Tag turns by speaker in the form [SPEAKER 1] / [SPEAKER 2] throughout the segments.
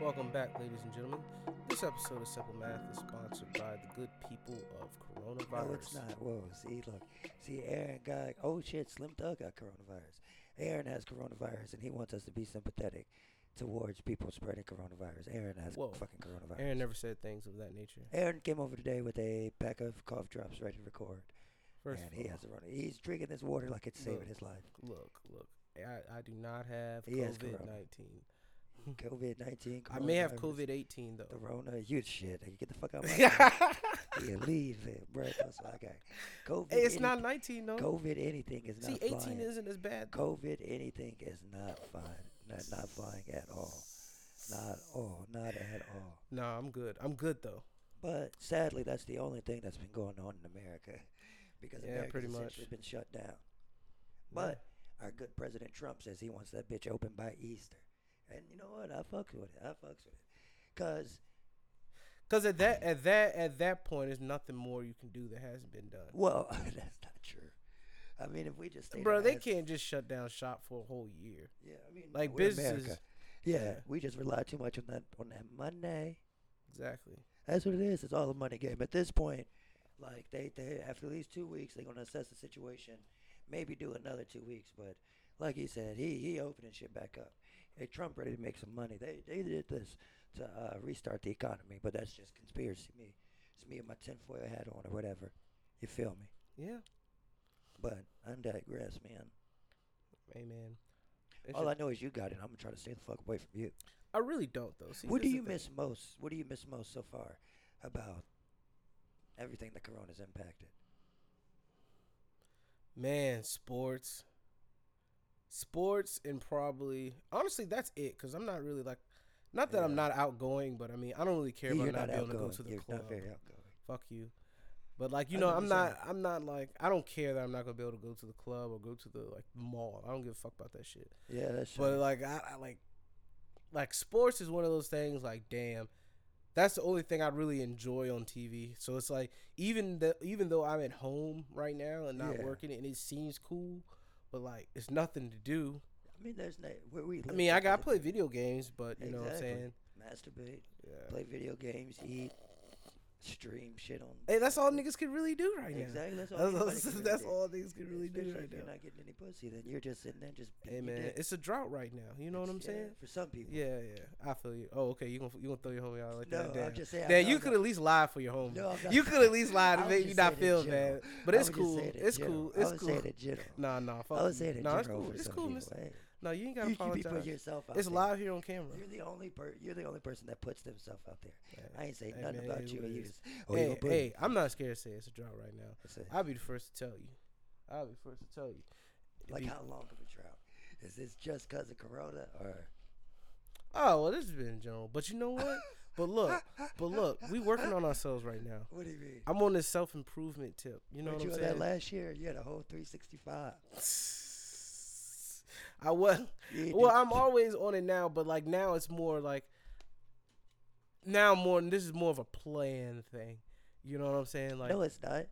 [SPEAKER 1] Welcome back, ladies and gentlemen. This episode of Simple Math is sponsored by the good people of coronavirus.
[SPEAKER 2] No, it's not. Whoa, see, look. See, Aaron got, oh shit, Slim Thug got coronavirus. Aaron has coronavirus, and he wants us to be sympathetic towards people spreading coronavirus. Aaron has
[SPEAKER 1] Whoa.
[SPEAKER 2] fucking coronavirus.
[SPEAKER 1] Aaron never said things of that nature.
[SPEAKER 2] Aaron came over today with a pack of cough drops ready to record.
[SPEAKER 1] First
[SPEAKER 2] and
[SPEAKER 1] of
[SPEAKER 2] he
[SPEAKER 1] all,
[SPEAKER 2] has a run. He's drinking this water like it's saving
[SPEAKER 1] Look.
[SPEAKER 2] his life.
[SPEAKER 1] look, look. I, I do not have
[SPEAKER 2] He has
[SPEAKER 1] COVID nineteen.
[SPEAKER 2] COVID 19.
[SPEAKER 1] I may have COVID eighteen
[SPEAKER 2] The
[SPEAKER 1] though.
[SPEAKER 2] Rona, you shit. Like, Get the fuck out of my house. yeah, leave it, bro. That's what I got. COVID.
[SPEAKER 1] Hey, it's
[SPEAKER 2] anything-
[SPEAKER 1] not nineteen though.
[SPEAKER 2] COVID anything is
[SPEAKER 1] See,
[SPEAKER 2] not
[SPEAKER 1] eighteen
[SPEAKER 2] flying.
[SPEAKER 1] isn't as bad. though.
[SPEAKER 2] COVID anything is not fine. Not, not flying at all. Not all. Not at all.
[SPEAKER 1] No, I'm good. I'm good though.
[SPEAKER 2] But sadly, that's the only thing that's been going on in America, because
[SPEAKER 1] Yeah,
[SPEAKER 2] America's
[SPEAKER 1] pretty much.
[SPEAKER 2] essentially been shut down. But our good President Trump says he wants that bitch open by Easter, and you know what? I fucks with it. I fucks with it, cause
[SPEAKER 1] Because at that at that at that point, there's nothing more you can do that hasn't been done.
[SPEAKER 2] well, that's not true. I mean, if we just stayed
[SPEAKER 1] Bro,
[SPEAKER 2] our
[SPEAKER 1] they
[SPEAKER 2] ass-
[SPEAKER 1] can't just shut down shop for a whole year.
[SPEAKER 2] Yeah, I mean,
[SPEAKER 1] like,
[SPEAKER 2] we're
[SPEAKER 1] businesses-
[SPEAKER 2] America. Yeah,
[SPEAKER 1] yeah.
[SPEAKER 2] we just rely too much on that on that Monday.
[SPEAKER 1] Exactly.
[SPEAKER 2] That's what it is. It's all a money game. At this point, like they, they after these two weeks, they're gonna assess the situation. Maybe do another two weeks, but like he said, he he opening shit back up. Hey, Trump ready to make some money. They they did this to uh, restart the economy, but that's just conspiracy. Me, it's me and my tinfoil hat on or whatever. You feel me?
[SPEAKER 1] Yeah.
[SPEAKER 2] But I digress, man.
[SPEAKER 1] Amen.
[SPEAKER 2] All I know is you got it. I'm gonna try to stay the fuck away from you.
[SPEAKER 1] I really don't though. See,
[SPEAKER 2] what do
[SPEAKER 1] this is
[SPEAKER 2] you
[SPEAKER 1] the thing.
[SPEAKER 2] miss most? What do you miss most so far about everything that Corona's impacted?
[SPEAKER 1] Man, sports. Sports and probably honestly that's it cuz I'm not really like not that I'm
[SPEAKER 2] Yeah.
[SPEAKER 1] not outgoing, but I mean, I don't really care
[SPEAKER 2] Yeah,
[SPEAKER 1] about
[SPEAKER 2] you're
[SPEAKER 1] not,
[SPEAKER 2] not,
[SPEAKER 1] being
[SPEAKER 2] outgoing.
[SPEAKER 1] able to go to the
[SPEAKER 2] you're
[SPEAKER 1] club.
[SPEAKER 2] not very outgoing.
[SPEAKER 1] Fuck you. But like, you
[SPEAKER 2] I
[SPEAKER 1] know,
[SPEAKER 2] know
[SPEAKER 1] I'm
[SPEAKER 2] what you're
[SPEAKER 1] not I'm not like I don't care that I'm not going to be able to go to the club or go to the like mall. I don't give a fuck about that shit.
[SPEAKER 2] Yeah, that's
[SPEAKER 1] But
[SPEAKER 2] true.
[SPEAKER 1] like I, I like like sports is one of those things like damn that's the only thing I really enjoy on TV. So it's like even the even though I'm at home right now and not
[SPEAKER 2] Yeah.
[SPEAKER 1] working and it seems cool, but like it's nothing to do.
[SPEAKER 2] I mean, there's no where we.
[SPEAKER 1] I
[SPEAKER 2] live,
[SPEAKER 1] mean, I
[SPEAKER 2] there's
[SPEAKER 1] got I
[SPEAKER 2] nothing
[SPEAKER 1] play
[SPEAKER 2] to do.
[SPEAKER 1] video games, but you know what I'm
[SPEAKER 2] Exactly.
[SPEAKER 1] saying?
[SPEAKER 2] masturbate,
[SPEAKER 1] Yeah.
[SPEAKER 2] play video games, eat, stream shit on.
[SPEAKER 1] Hey, that's all niggas can really do right now.
[SPEAKER 2] Exactly. That's all.
[SPEAKER 1] That's, all-
[SPEAKER 2] anybody can
[SPEAKER 1] that's
[SPEAKER 2] do.
[SPEAKER 1] all niggas can really
[SPEAKER 2] Especially
[SPEAKER 1] do right
[SPEAKER 2] if You're
[SPEAKER 1] now.
[SPEAKER 2] not getting any pussy, then you're just sitting there just.
[SPEAKER 1] Hey
[SPEAKER 2] beating your
[SPEAKER 1] man,
[SPEAKER 2] dick.
[SPEAKER 1] it's a drought right now. You know what I'm
[SPEAKER 2] It's- yeah,
[SPEAKER 1] saying?
[SPEAKER 2] For some people.
[SPEAKER 1] Yeah, yeah. I feel you. Oh, okay. You gonna you gonna throw your homie out like
[SPEAKER 2] No,
[SPEAKER 1] that?
[SPEAKER 2] I'm
[SPEAKER 1] Damn.
[SPEAKER 2] just saying, I
[SPEAKER 1] Damn,
[SPEAKER 2] know
[SPEAKER 1] you
[SPEAKER 2] I'm
[SPEAKER 1] could
[SPEAKER 2] not-
[SPEAKER 1] at least lie for your homie.
[SPEAKER 2] No, I'm not-
[SPEAKER 1] you could at least lie to
[SPEAKER 2] I was
[SPEAKER 1] make
[SPEAKER 2] just
[SPEAKER 1] me not
[SPEAKER 2] saying in
[SPEAKER 1] feel bad.
[SPEAKER 2] general.
[SPEAKER 1] But
[SPEAKER 2] I
[SPEAKER 1] it's
[SPEAKER 2] was just
[SPEAKER 1] cool.
[SPEAKER 2] saying in
[SPEAKER 1] It's
[SPEAKER 2] general.
[SPEAKER 1] cool. It's
[SPEAKER 2] I was
[SPEAKER 1] cool.
[SPEAKER 2] saying in general.
[SPEAKER 1] Nah, nah. Fuck
[SPEAKER 2] I was
[SPEAKER 1] you.
[SPEAKER 2] saying in
[SPEAKER 1] Nah, it's
[SPEAKER 2] general
[SPEAKER 1] cool.
[SPEAKER 2] for
[SPEAKER 1] It's
[SPEAKER 2] some
[SPEAKER 1] cool,
[SPEAKER 2] people.
[SPEAKER 1] miss.
[SPEAKER 2] Hey,
[SPEAKER 1] No, you ain't gotta
[SPEAKER 2] You, you be putting
[SPEAKER 1] apologize.
[SPEAKER 2] yourself out
[SPEAKER 1] It's
[SPEAKER 2] there.
[SPEAKER 1] live here on camera.
[SPEAKER 2] You're the only per- You're the only person that puts themselves out there.
[SPEAKER 1] Hey,
[SPEAKER 2] I ain't saying
[SPEAKER 1] hey,
[SPEAKER 2] nothing
[SPEAKER 1] man, it
[SPEAKER 2] about
[SPEAKER 1] is
[SPEAKER 2] you.
[SPEAKER 1] what it
[SPEAKER 2] and you
[SPEAKER 1] is.
[SPEAKER 2] just, oh, you
[SPEAKER 1] Hey,
[SPEAKER 2] a bully.
[SPEAKER 1] hey, I'm not scared to say it's a drought right now.
[SPEAKER 2] That's it.
[SPEAKER 1] I'll be the first to tell you. I'll be the first to tell you. It'd
[SPEAKER 2] Like
[SPEAKER 1] be-
[SPEAKER 2] how long of a drought? Is this just because of Corona or?
[SPEAKER 1] oh well, this has been in general. But you know what? but look, but look, we working on ourselves right now.
[SPEAKER 2] What do you mean?
[SPEAKER 1] I'm on this self improvement tip. You know what
[SPEAKER 2] Weren't
[SPEAKER 1] I'm
[SPEAKER 2] you on
[SPEAKER 1] saying?
[SPEAKER 2] that last year? You had a whole 365.
[SPEAKER 1] I was
[SPEAKER 2] You ain't
[SPEAKER 1] well.
[SPEAKER 2] do-
[SPEAKER 1] I'm always on it now, but like now it's more like now more. This is more of a plan thing. You know what I'm saying? Like
[SPEAKER 2] no, it's not.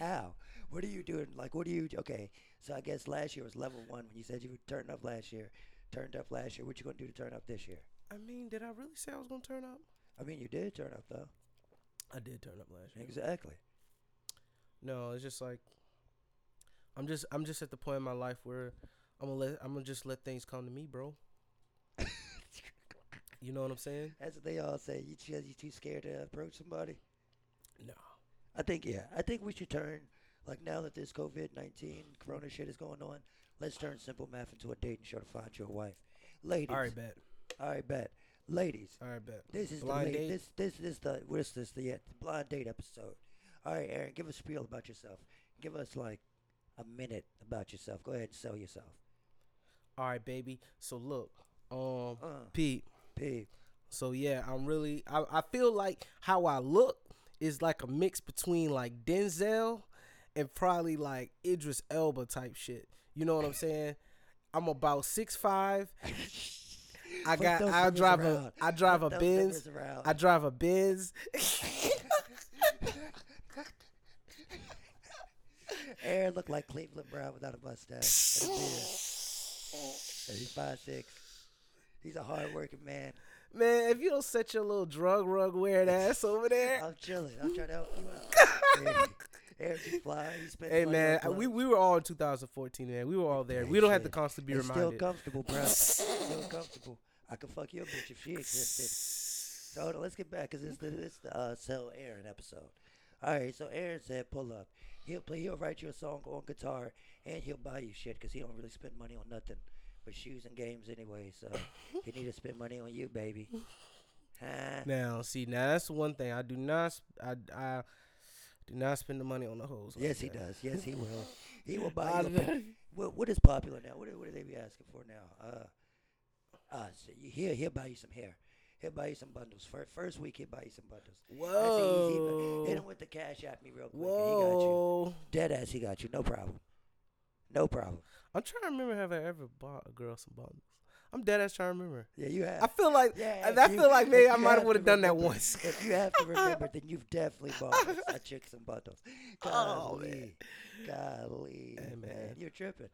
[SPEAKER 2] How? What are you doing? Like, what are you? Okay, so I guess last year was level one when you said you would turn up last year. Turned up last year. What you gonna do to turn up this year?
[SPEAKER 1] I mean, did I really say I was gonna turn up?
[SPEAKER 2] I mean, you did turn up though.
[SPEAKER 1] I did turn up last year.
[SPEAKER 2] Exactly.
[SPEAKER 1] No, it's just like I'm just I'm just at the point in my life where I'm gonna let I'm gonna just let things come to me, bro. You know what I'm saying?
[SPEAKER 2] That's what they all say. You just you too scared to approach somebody.
[SPEAKER 1] No.
[SPEAKER 2] I think yeah. I think we should turn like now that this COVID nineteen Corona shit is going on. Let's turn Simple Math into a dating show to find you a wife, ladies.
[SPEAKER 1] All right, bet.
[SPEAKER 2] all right, bet, ladies.
[SPEAKER 1] All right, bet.
[SPEAKER 2] This is
[SPEAKER 1] blind
[SPEAKER 2] the
[SPEAKER 1] date.
[SPEAKER 2] late, this this is the what's this the, yeah, the blind date episode. All right, Aaron, give us a spiel about yourself. Give us like a minute about yourself. Go ahead and sell yourself.
[SPEAKER 1] All right, baby. So look, um,
[SPEAKER 2] Uh.
[SPEAKER 1] Pete.
[SPEAKER 2] P.
[SPEAKER 1] So yeah, I'm really. I, I feel like how I look is like a mix between like Denzel and probably like Idris Elba type shit. You know what I'm saying? I'm about six five. I
[SPEAKER 2] Flip
[SPEAKER 1] got.
[SPEAKER 2] those
[SPEAKER 1] I
[SPEAKER 2] numbers
[SPEAKER 1] drive
[SPEAKER 2] around.
[SPEAKER 1] a. I drive a
[SPEAKER 2] Flip those
[SPEAKER 1] Benz.
[SPEAKER 2] numbers around.
[SPEAKER 1] I drive a Benz.
[SPEAKER 2] Aaron looked like Cleveland Brown without a mustache. and a beard. And he's five six. He's a hardworking man.
[SPEAKER 1] Man, if you don't set your little drug rug weird ass over there.
[SPEAKER 2] I'm chilling. I'm trying to help you out. Eric is fly. He spends
[SPEAKER 1] Hey
[SPEAKER 2] money
[SPEAKER 1] man,
[SPEAKER 2] on
[SPEAKER 1] I- we,
[SPEAKER 2] clubs.
[SPEAKER 1] we were all in 2014, man. We were all there. We don't have to
[SPEAKER 2] Shit.
[SPEAKER 1] constantly be
[SPEAKER 2] It's still
[SPEAKER 1] reminded.
[SPEAKER 2] comfortable, bro. still comfortable. I could fuck your bitch if she existed. So hold on, let's get back because it's the it's the uh, Sell Aaron episode. All right, so Aaron said pull up. He'll play. He'll write you a song on guitar, and he'll buy you shit because he don't really spend money on nothing but shoes and games anyway. So he need to spend money on you, baby. Huh?
[SPEAKER 1] Now, see, now that's one thing I do not. sp- I, I do not spend the money on the hoes. like
[SPEAKER 2] Yes, he
[SPEAKER 1] that.
[SPEAKER 2] does. Yes, he will. He will
[SPEAKER 1] I
[SPEAKER 2] buy you. A,
[SPEAKER 1] know.
[SPEAKER 2] pa- what, what is popular now? What, do- what do they be asking for now? Uh, uh, so you- he'll, he'll buy you some hair. He'll buy you some bundles. First, first week, he'll buy you some bundles. That's easy, but Hit
[SPEAKER 1] Whoa,
[SPEAKER 2] him with the cash at me real quick. And he got you.
[SPEAKER 1] Oh. whoa.
[SPEAKER 2] Dead ass, he got you. No problem. No problem.
[SPEAKER 1] I'm trying to remember have I ever bought a girl some bundles. I'm dead ass trying to remember.
[SPEAKER 2] Yeah, you have.
[SPEAKER 1] I feel like
[SPEAKER 2] yeah,
[SPEAKER 1] I
[SPEAKER 2] if you-
[SPEAKER 1] feel like maybe
[SPEAKER 2] if
[SPEAKER 1] I
[SPEAKER 2] you
[SPEAKER 1] might have
[SPEAKER 2] to
[SPEAKER 1] would have done that
[SPEAKER 2] remember-
[SPEAKER 1] once.
[SPEAKER 2] If you have to remember, then you've definitely bought a- a chick some bundles.
[SPEAKER 1] Oh,
[SPEAKER 2] Golly, golly,
[SPEAKER 1] Hey,
[SPEAKER 2] man.
[SPEAKER 1] man.
[SPEAKER 2] you're tripping.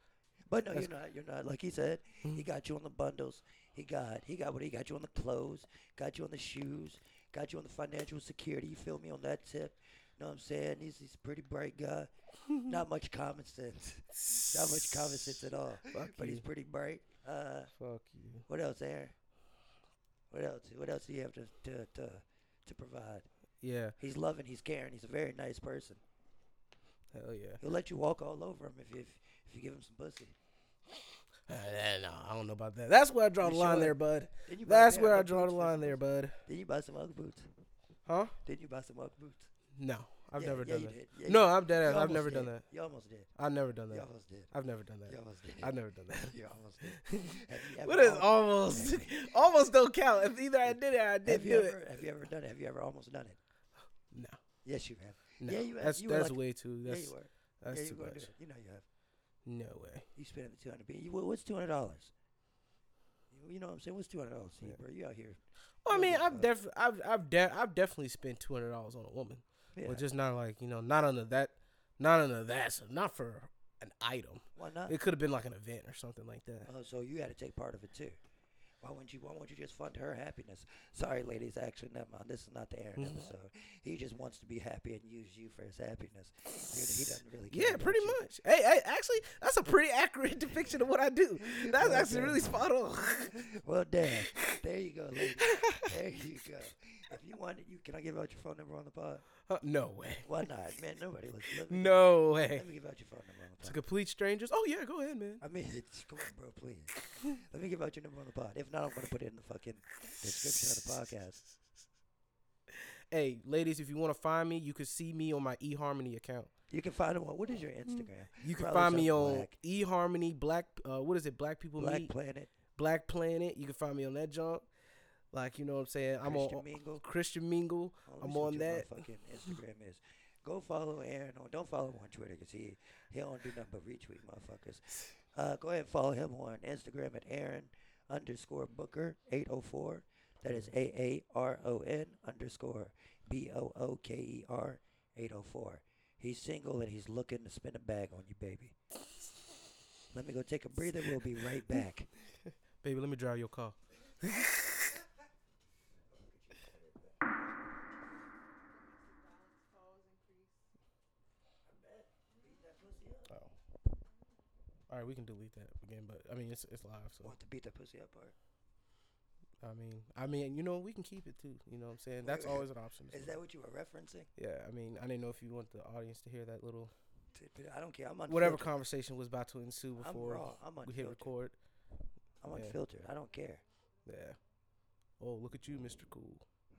[SPEAKER 2] But no,
[SPEAKER 1] That's- Mm-hmm.
[SPEAKER 2] you're not. You're not. Like he said, he got you on the bundles. He got. He got what he got you on the clothes. Got you on the shoes. Got you on the financial security. You feel me on that tip? Know what I'm saying? He's, he's a pretty bright guy. Not much common sense. Not much common sense at all.
[SPEAKER 1] Fuck
[SPEAKER 2] But he's
[SPEAKER 1] you.
[SPEAKER 2] pretty bright. Uh,
[SPEAKER 1] Fuck you.
[SPEAKER 2] what else, Aaron? What else? What else do you have to to to, to provide?
[SPEAKER 1] Yeah.
[SPEAKER 2] He's loving. He's caring. He's a very nice person.
[SPEAKER 1] Hell yeah.
[SPEAKER 2] He'll let you walk all over him if you, if, if you give him some pussy.
[SPEAKER 1] Uh, no, I don't know about that. That's where I draw
[SPEAKER 2] You
[SPEAKER 1] the line
[SPEAKER 2] sure?
[SPEAKER 1] there, bud.
[SPEAKER 2] Didn't you buy
[SPEAKER 1] That's
[SPEAKER 2] a pair
[SPEAKER 1] where
[SPEAKER 2] of
[SPEAKER 1] I
[SPEAKER 2] Ugg
[SPEAKER 1] draw
[SPEAKER 2] boots
[SPEAKER 1] the
[SPEAKER 2] for
[SPEAKER 1] line
[SPEAKER 2] some
[SPEAKER 1] there,
[SPEAKER 2] pussy?
[SPEAKER 1] bud.
[SPEAKER 2] Didn't you buy some Ugg boots?
[SPEAKER 1] Huh?
[SPEAKER 2] Didn't you buy some Ugg boots?
[SPEAKER 1] No, I've
[SPEAKER 2] Yeah,
[SPEAKER 1] never
[SPEAKER 2] yeah,
[SPEAKER 1] done
[SPEAKER 2] you
[SPEAKER 1] that.
[SPEAKER 2] did. Yeah, you-
[SPEAKER 1] no, I'm dead
[SPEAKER 2] you
[SPEAKER 1] ass. I've
[SPEAKER 2] almost
[SPEAKER 1] never
[SPEAKER 2] did.
[SPEAKER 1] done that.
[SPEAKER 2] You almost did.
[SPEAKER 1] I've never done
[SPEAKER 2] You
[SPEAKER 1] that.
[SPEAKER 2] almost did.
[SPEAKER 1] I've never done that.
[SPEAKER 2] You almost did.
[SPEAKER 1] I've never done that.
[SPEAKER 2] You almost did. Have you ever
[SPEAKER 1] What is
[SPEAKER 2] al-
[SPEAKER 1] almost? almost don't count. If either I did it, or I
[SPEAKER 2] Have
[SPEAKER 1] didn't
[SPEAKER 2] you
[SPEAKER 1] do
[SPEAKER 2] ever
[SPEAKER 1] it.
[SPEAKER 2] have you ever done it? Have you ever almost done it?
[SPEAKER 1] No,
[SPEAKER 2] Yes, you have.
[SPEAKER 1] no.
[SPEAKER 2] Yeah, you have-
[SPEAKER 1] that's
[SPEAKER 2] you were
[SPEAKER 1] that's
[SPEAKER 2] like-
[SPEAKER 1] way too. That's
[SPEAKER 2] yeah, you were.
[SPEAKER 1] that's
[SPEAKER 2] yeah, you
[SPEAKER 1] too
[SPEAKER 2] were gonna
[SPEAKER 1] much.
[SPEAKER 2] do it. You know you have.
[SPEAKER 1] No way.
[SPEAKER 2] You spending the two hundred. You what- what's two hundred dollars? You know what I'm saying? What's two hundred dollars,
[SPEAKER 1] Yeah.
[SPEAKER 2] bro? You out here?
[SPEAKER 1] Well, I
[SPEAKER 2] Yeah,
[SPEAKER 1] mean,
[SPEAKER 2] that's
[SPEAKER 1] I've
[SPEAKER 2] fine.
[SPEAKER 1] def, I've, I've, de- I've definitely spent two hundred dollars on a woman,
[SPEAKER 2] Yeah.
[SPEAKER 1] but just not like you know, not under that, not under that, so not for an item.
[SPEAKER 2] why not?
[SPEAKER 1] It could have been like an event or something like that.
[SPEAKER 2] Uh. Oh, so you got to take part of it too. Why wouldn't you? Why won't you just fund her happiness? Sorry, ladies. Actually, never mind. This is not the Aaron
[SPEAKER 1] Mm-hmm.
[SPEAKER 2] episode. He just wants to be happy and use you for his happiness. Dude, he doesn't really. Care
[SPEAKER 1] Yeah,
[SPEAKER 2] about
[SPEAKER 1] pretty
[SPEAKER 2] you.
[SPEAKER 1] much. Hey, hey, actually, that's a pretty accurate depiction of what I do. That's
[SPEAKER 2] Well
[SPEAKER 1] actually
[SPEAKER 2] done.
[SPEAKER 1] really spot on.
[SPEAKER 2] Well, damn. There you go, ladies. there you go. If you want it, you can I give out your phone number on the pod?
[SPEAKER 1] Uh, no way.
[SPEAKER 2] Why not, man? Nobody listen. Let me,
[SPEAKER 1] No way.
[SPEAKER 2] Let me give out your phone number on the pod.
[SPEAKER 1] To complete strangers. Oh yeah, go ahead, man.
[SPEAKER 2] I mean, it's, come on, bro, please. Let me give out your number on the pod. If not, I'm going to put it in the fucking description of the podcast.
[SPEAKER 1] Hey, ladies, if you want to find me, you can see me on my eHarmony account.
[SPEAKER 2] You can find him on, what is your
[SPEAKER 1] Mm-hmm.
[SPEAKER 2] Instagram?
[SPEAKER 1] You can
[SPEAKER 2] Probably
[SPEAKER 1] find me on
[SPEAKER 2] something black.
[SPEAKER 1] eHarmony Black. Uh, what is it? Black People
[SPEAKER 2] Black
[SPEAKER 1] Meet
[SPEAKER 2] Planet,
[SPEAKER 1] Black Planet. You can find me on that junk. Like you know what I'm saying. I'm
[SPEAKER 2] Christian
[SPEAKER 1] on
[SPEAKER 2] Mingle.
[SPEAKER 1] Christian Mingle.
[SPEAKER 2] Oh, let me
[SPEAKER 1] I'm
[SPEAKER 2] see what
[SPEAKER 1] on
[SPEAKER 2] your
[SPEAKER 1] that.
[SPEAKER 2] motherfucking Instagram is. Go follow Aaron on, don't follow him on Twitter because he, he don't do nothing but retweet motherfuckers. Uh, go ahead and follow him on Instagram at Aaron underscore Booker 804. That is A-A-R-O-N underscore B-O-O-K-E-R 804. He's single and he's looking to spin a bag on you, baby. Let me go take a breather. We'll be right back.
[SPEAKER 1] Baby, let me drive your car. Oh. Oh. All right, we can delete that again, but I mean it's it's live, so
[SPEAKER 2] Want to beat that pussy up, or
[SPEAKER 1] I mean I mean you know we can keep it too. You know what I'm saying? That's
[SPEAKER 2] Wait,
[SPEAKER 1] always an option. as
[SPEAKER 2] is
[SPEAKER 1] well.
[SPEAKER 2] that what you were referencing?
[SPEAKER 1] yeah, I mean I didn't know if you want the audience to hear that little
[SPEAKER 2] I don't care. I'm unfiltered.
[SPEAKER 1] whatever conversation was about to ensue
[SPEAKER 2] I'm
[SPEAKER 1] before
[SPEAKER 2] raw. I'm
[SPEAKER 1] we hit record.
[SPEAKER 2] unfiltered. I'm
[SPEAKER 1] yeah.
[SPEAKER 2] unfiltered. I don't care.
[SPEAKER 1] Yeah. Oh, look at you, Mr. Cool.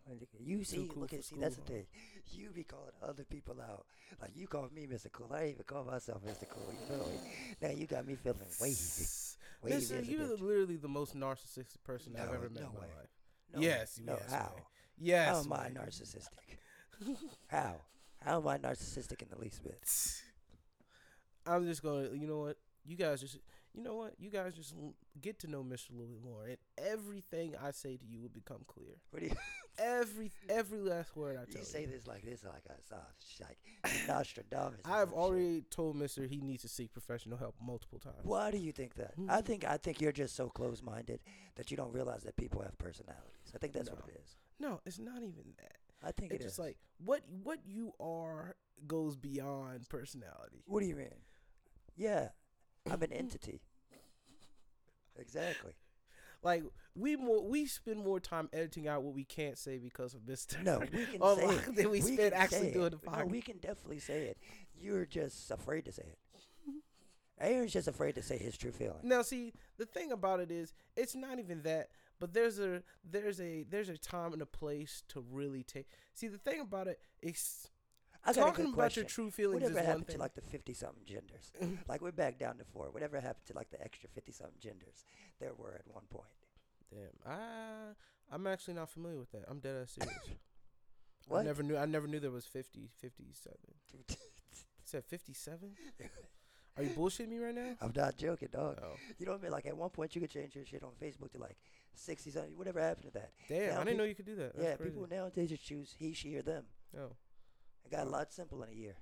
[SPEAKER 2] Like, You see,
[SPEAKER 1] cool
[SPEAKER 2] look
[SPEAKER 1] for
[SPEAKER 2] at see. That's the
[SPEAKER 1] school,
[SPEAKER 2] thing. You be calling other people out. Like you call me Mr. Cool. I ain't even call myself Mr. Cool. You feel me? Now you got me feeling wavy. Wavy as a
[SPEAKER 1] Listen, you're
[SPEAKER 2] bitch.
[SPEAKER 1] literally the most narcissistic person I've
[SPEAKER 2] No,
[SPEAKER 1] ever met
[SPEAKER 2] no
[SPEAKER 1] in my
[SPEAKER 2] way.
[SPEAKER 1] life.
[SPEAKER 2] No,
[SPEAKER 1] yes,
[SPEAKER 2] no.
[SPEAKER 1] yes,
[SPEAKER 2] how?
[SPEAKER 1] way. Yes.
[SPEAKER 2] how am I
[SPEAKER 1] way.
[SPEAKER 2] narcissistic? how? How am I narcissistic in the least bit?
[SPEAKER 1] I'm just gonna, you know what? You guys just, you know what? You guys just l- get to know Mitch a little bit more, and everything I say to you will become clear.
[SPEAKER 2] What do you,
[SPEAKER 1] Every every last word I
[SPEAKER 2] you
[SPEAKER 1] tell
[SPEAKER 2] say
[SPEAKER 1] you.
[SPEAKER 2] this like this, like I saw like Nostradamus. or
[SPEAKER 1] I have
[SPEAKER 2] some shit.
[SPEAKER 1] already told Mister he needs to seek professional help multiple times.
[SPEAKER 2] Why do you think that? I think I think you're just so close-minded that you don't realize that people have personalities. I think that's what
[SPEAKER 1] No.
[SPEAKER 2] it is.
[SPEAKER 1] No, it's not even that.
[SPEAKER 2] I think
[SPEAKER 1] It's
[SPEAKER 2] it
[SPEAKER 1] just
[SPEAKER 2] is.
[SPEAKER 1] like what what you are goes beyond personality.
[SPEAKER 2] what do you mean? Yeah, I'm an entity. Exactly.
[SPEAKER 1] Like we more we spend more time editing out what we can't say because of Mister.
[SPEAKER 2] No, we can
[SPEAKER 1] Oh,
[SPEAKER 2] say
[SPEAKER 1] my-
[SPEAKER 2] it.
[SPEAKER 1] than we spend
[SPEAKER 2] can
[SPEAKER 1] actually
[SPEAKER 2] say it.
[SPEAKER 1] doing the
[SPEAKER 2] No,
[SPEAKER 1] podcast.
[SPEAKER 2] we can definitely say it. You're just afraid to say it. Aaron's just afraid to say his true feeling.
[SPEAKER 1] Now, see, the thing about it is, it's not even that, but there's a there's a there's a time and a place to really take. See, the thing about it is
[SPEAKER 2] I got a
[SPEAKER 1] talking
[SPEAKER 2] good
[SPEAKER 1] about your
[SPEAKER 2] question.
[SPEAKER 1] true feelings
[SPEAKER 2] Whatever
[SPEAKER 1] is one
[SPEAKER 2] happened
[SPEAKER 1] thing. Mm-hmm.
[SPEAKER 2] to like the fifty something genders? like we're back down to four. Whatever happened to like the extra fifty something genders there were at one point?
[SPEAKER 1] Damn, I I'm actually not familiar with that. I'm dead ass serious. I
[SPEAKER 2] What?
[SPEAKER 1] never knew I never knew there was 50, 57. said 57? Are you bullshitting me right now?
[SPEAKER 2] I'm not joking, dog.
[SPEAKER 1] Oh.
[SPEAKER 2] You know what I mean? Like at one point you could change your shit on Facebook to like sixty something. Whatever happened to that?
[SPEAKER 1] Damn,
[SPEAKER 2] Now
[SPEAKER 1] I didn't know
[SPEAKER 2] peop-
[SPEAKER 1] you could do that. That's
[SPEAKER 2] yeah,
[SPEAKER 1] crazy.
[SPEAKER 2] people nowadays just choose he, she, or them.
[SPEAKER 1] Oh,
[SPEAKER 2] It got a lot simple in a year.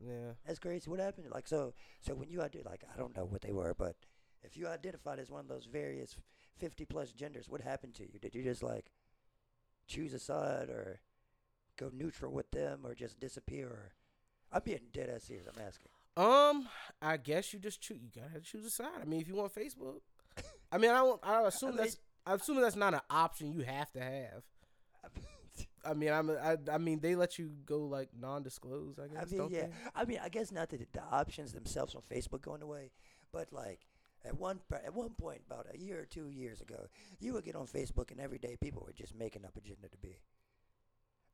[SPEAKER 1] yeah.
[SPEAKER 2] That's crazy. What happened? Like so, so when you identify, like I don't know what they were, but if you identified as one of those various fifty plus genders, what happened to you? Did you just like choose a side or go neutral with them, or just disappear? Or I'm being dead ass serious. I'm asking.
[SPEAKER 1] Um, I guess you just choose. You gotta choose a side. I mean, if you want Facebook, I mean, I don't. I assume
[SPEAKER 2] mean-
[SPEAKER 1] that's. I assume that's not an option you have to have. I mean, I'm. I, I mean, they let you go like non-disclose. I
[SPEAKER 2] I
[SPEAKER 1] guess.
[SPEAKER 2] mean,
[SPEAKER 1] don't
[SPEAKER 2] yeah.
[SPEAKER 1] They?
[SPEAKER 2] I mean, I guess not that the options themselves on Facebook going away, but like at one per- at one point about a year or two years ago, you would get on Facebook and every day people were just making up agenda to be.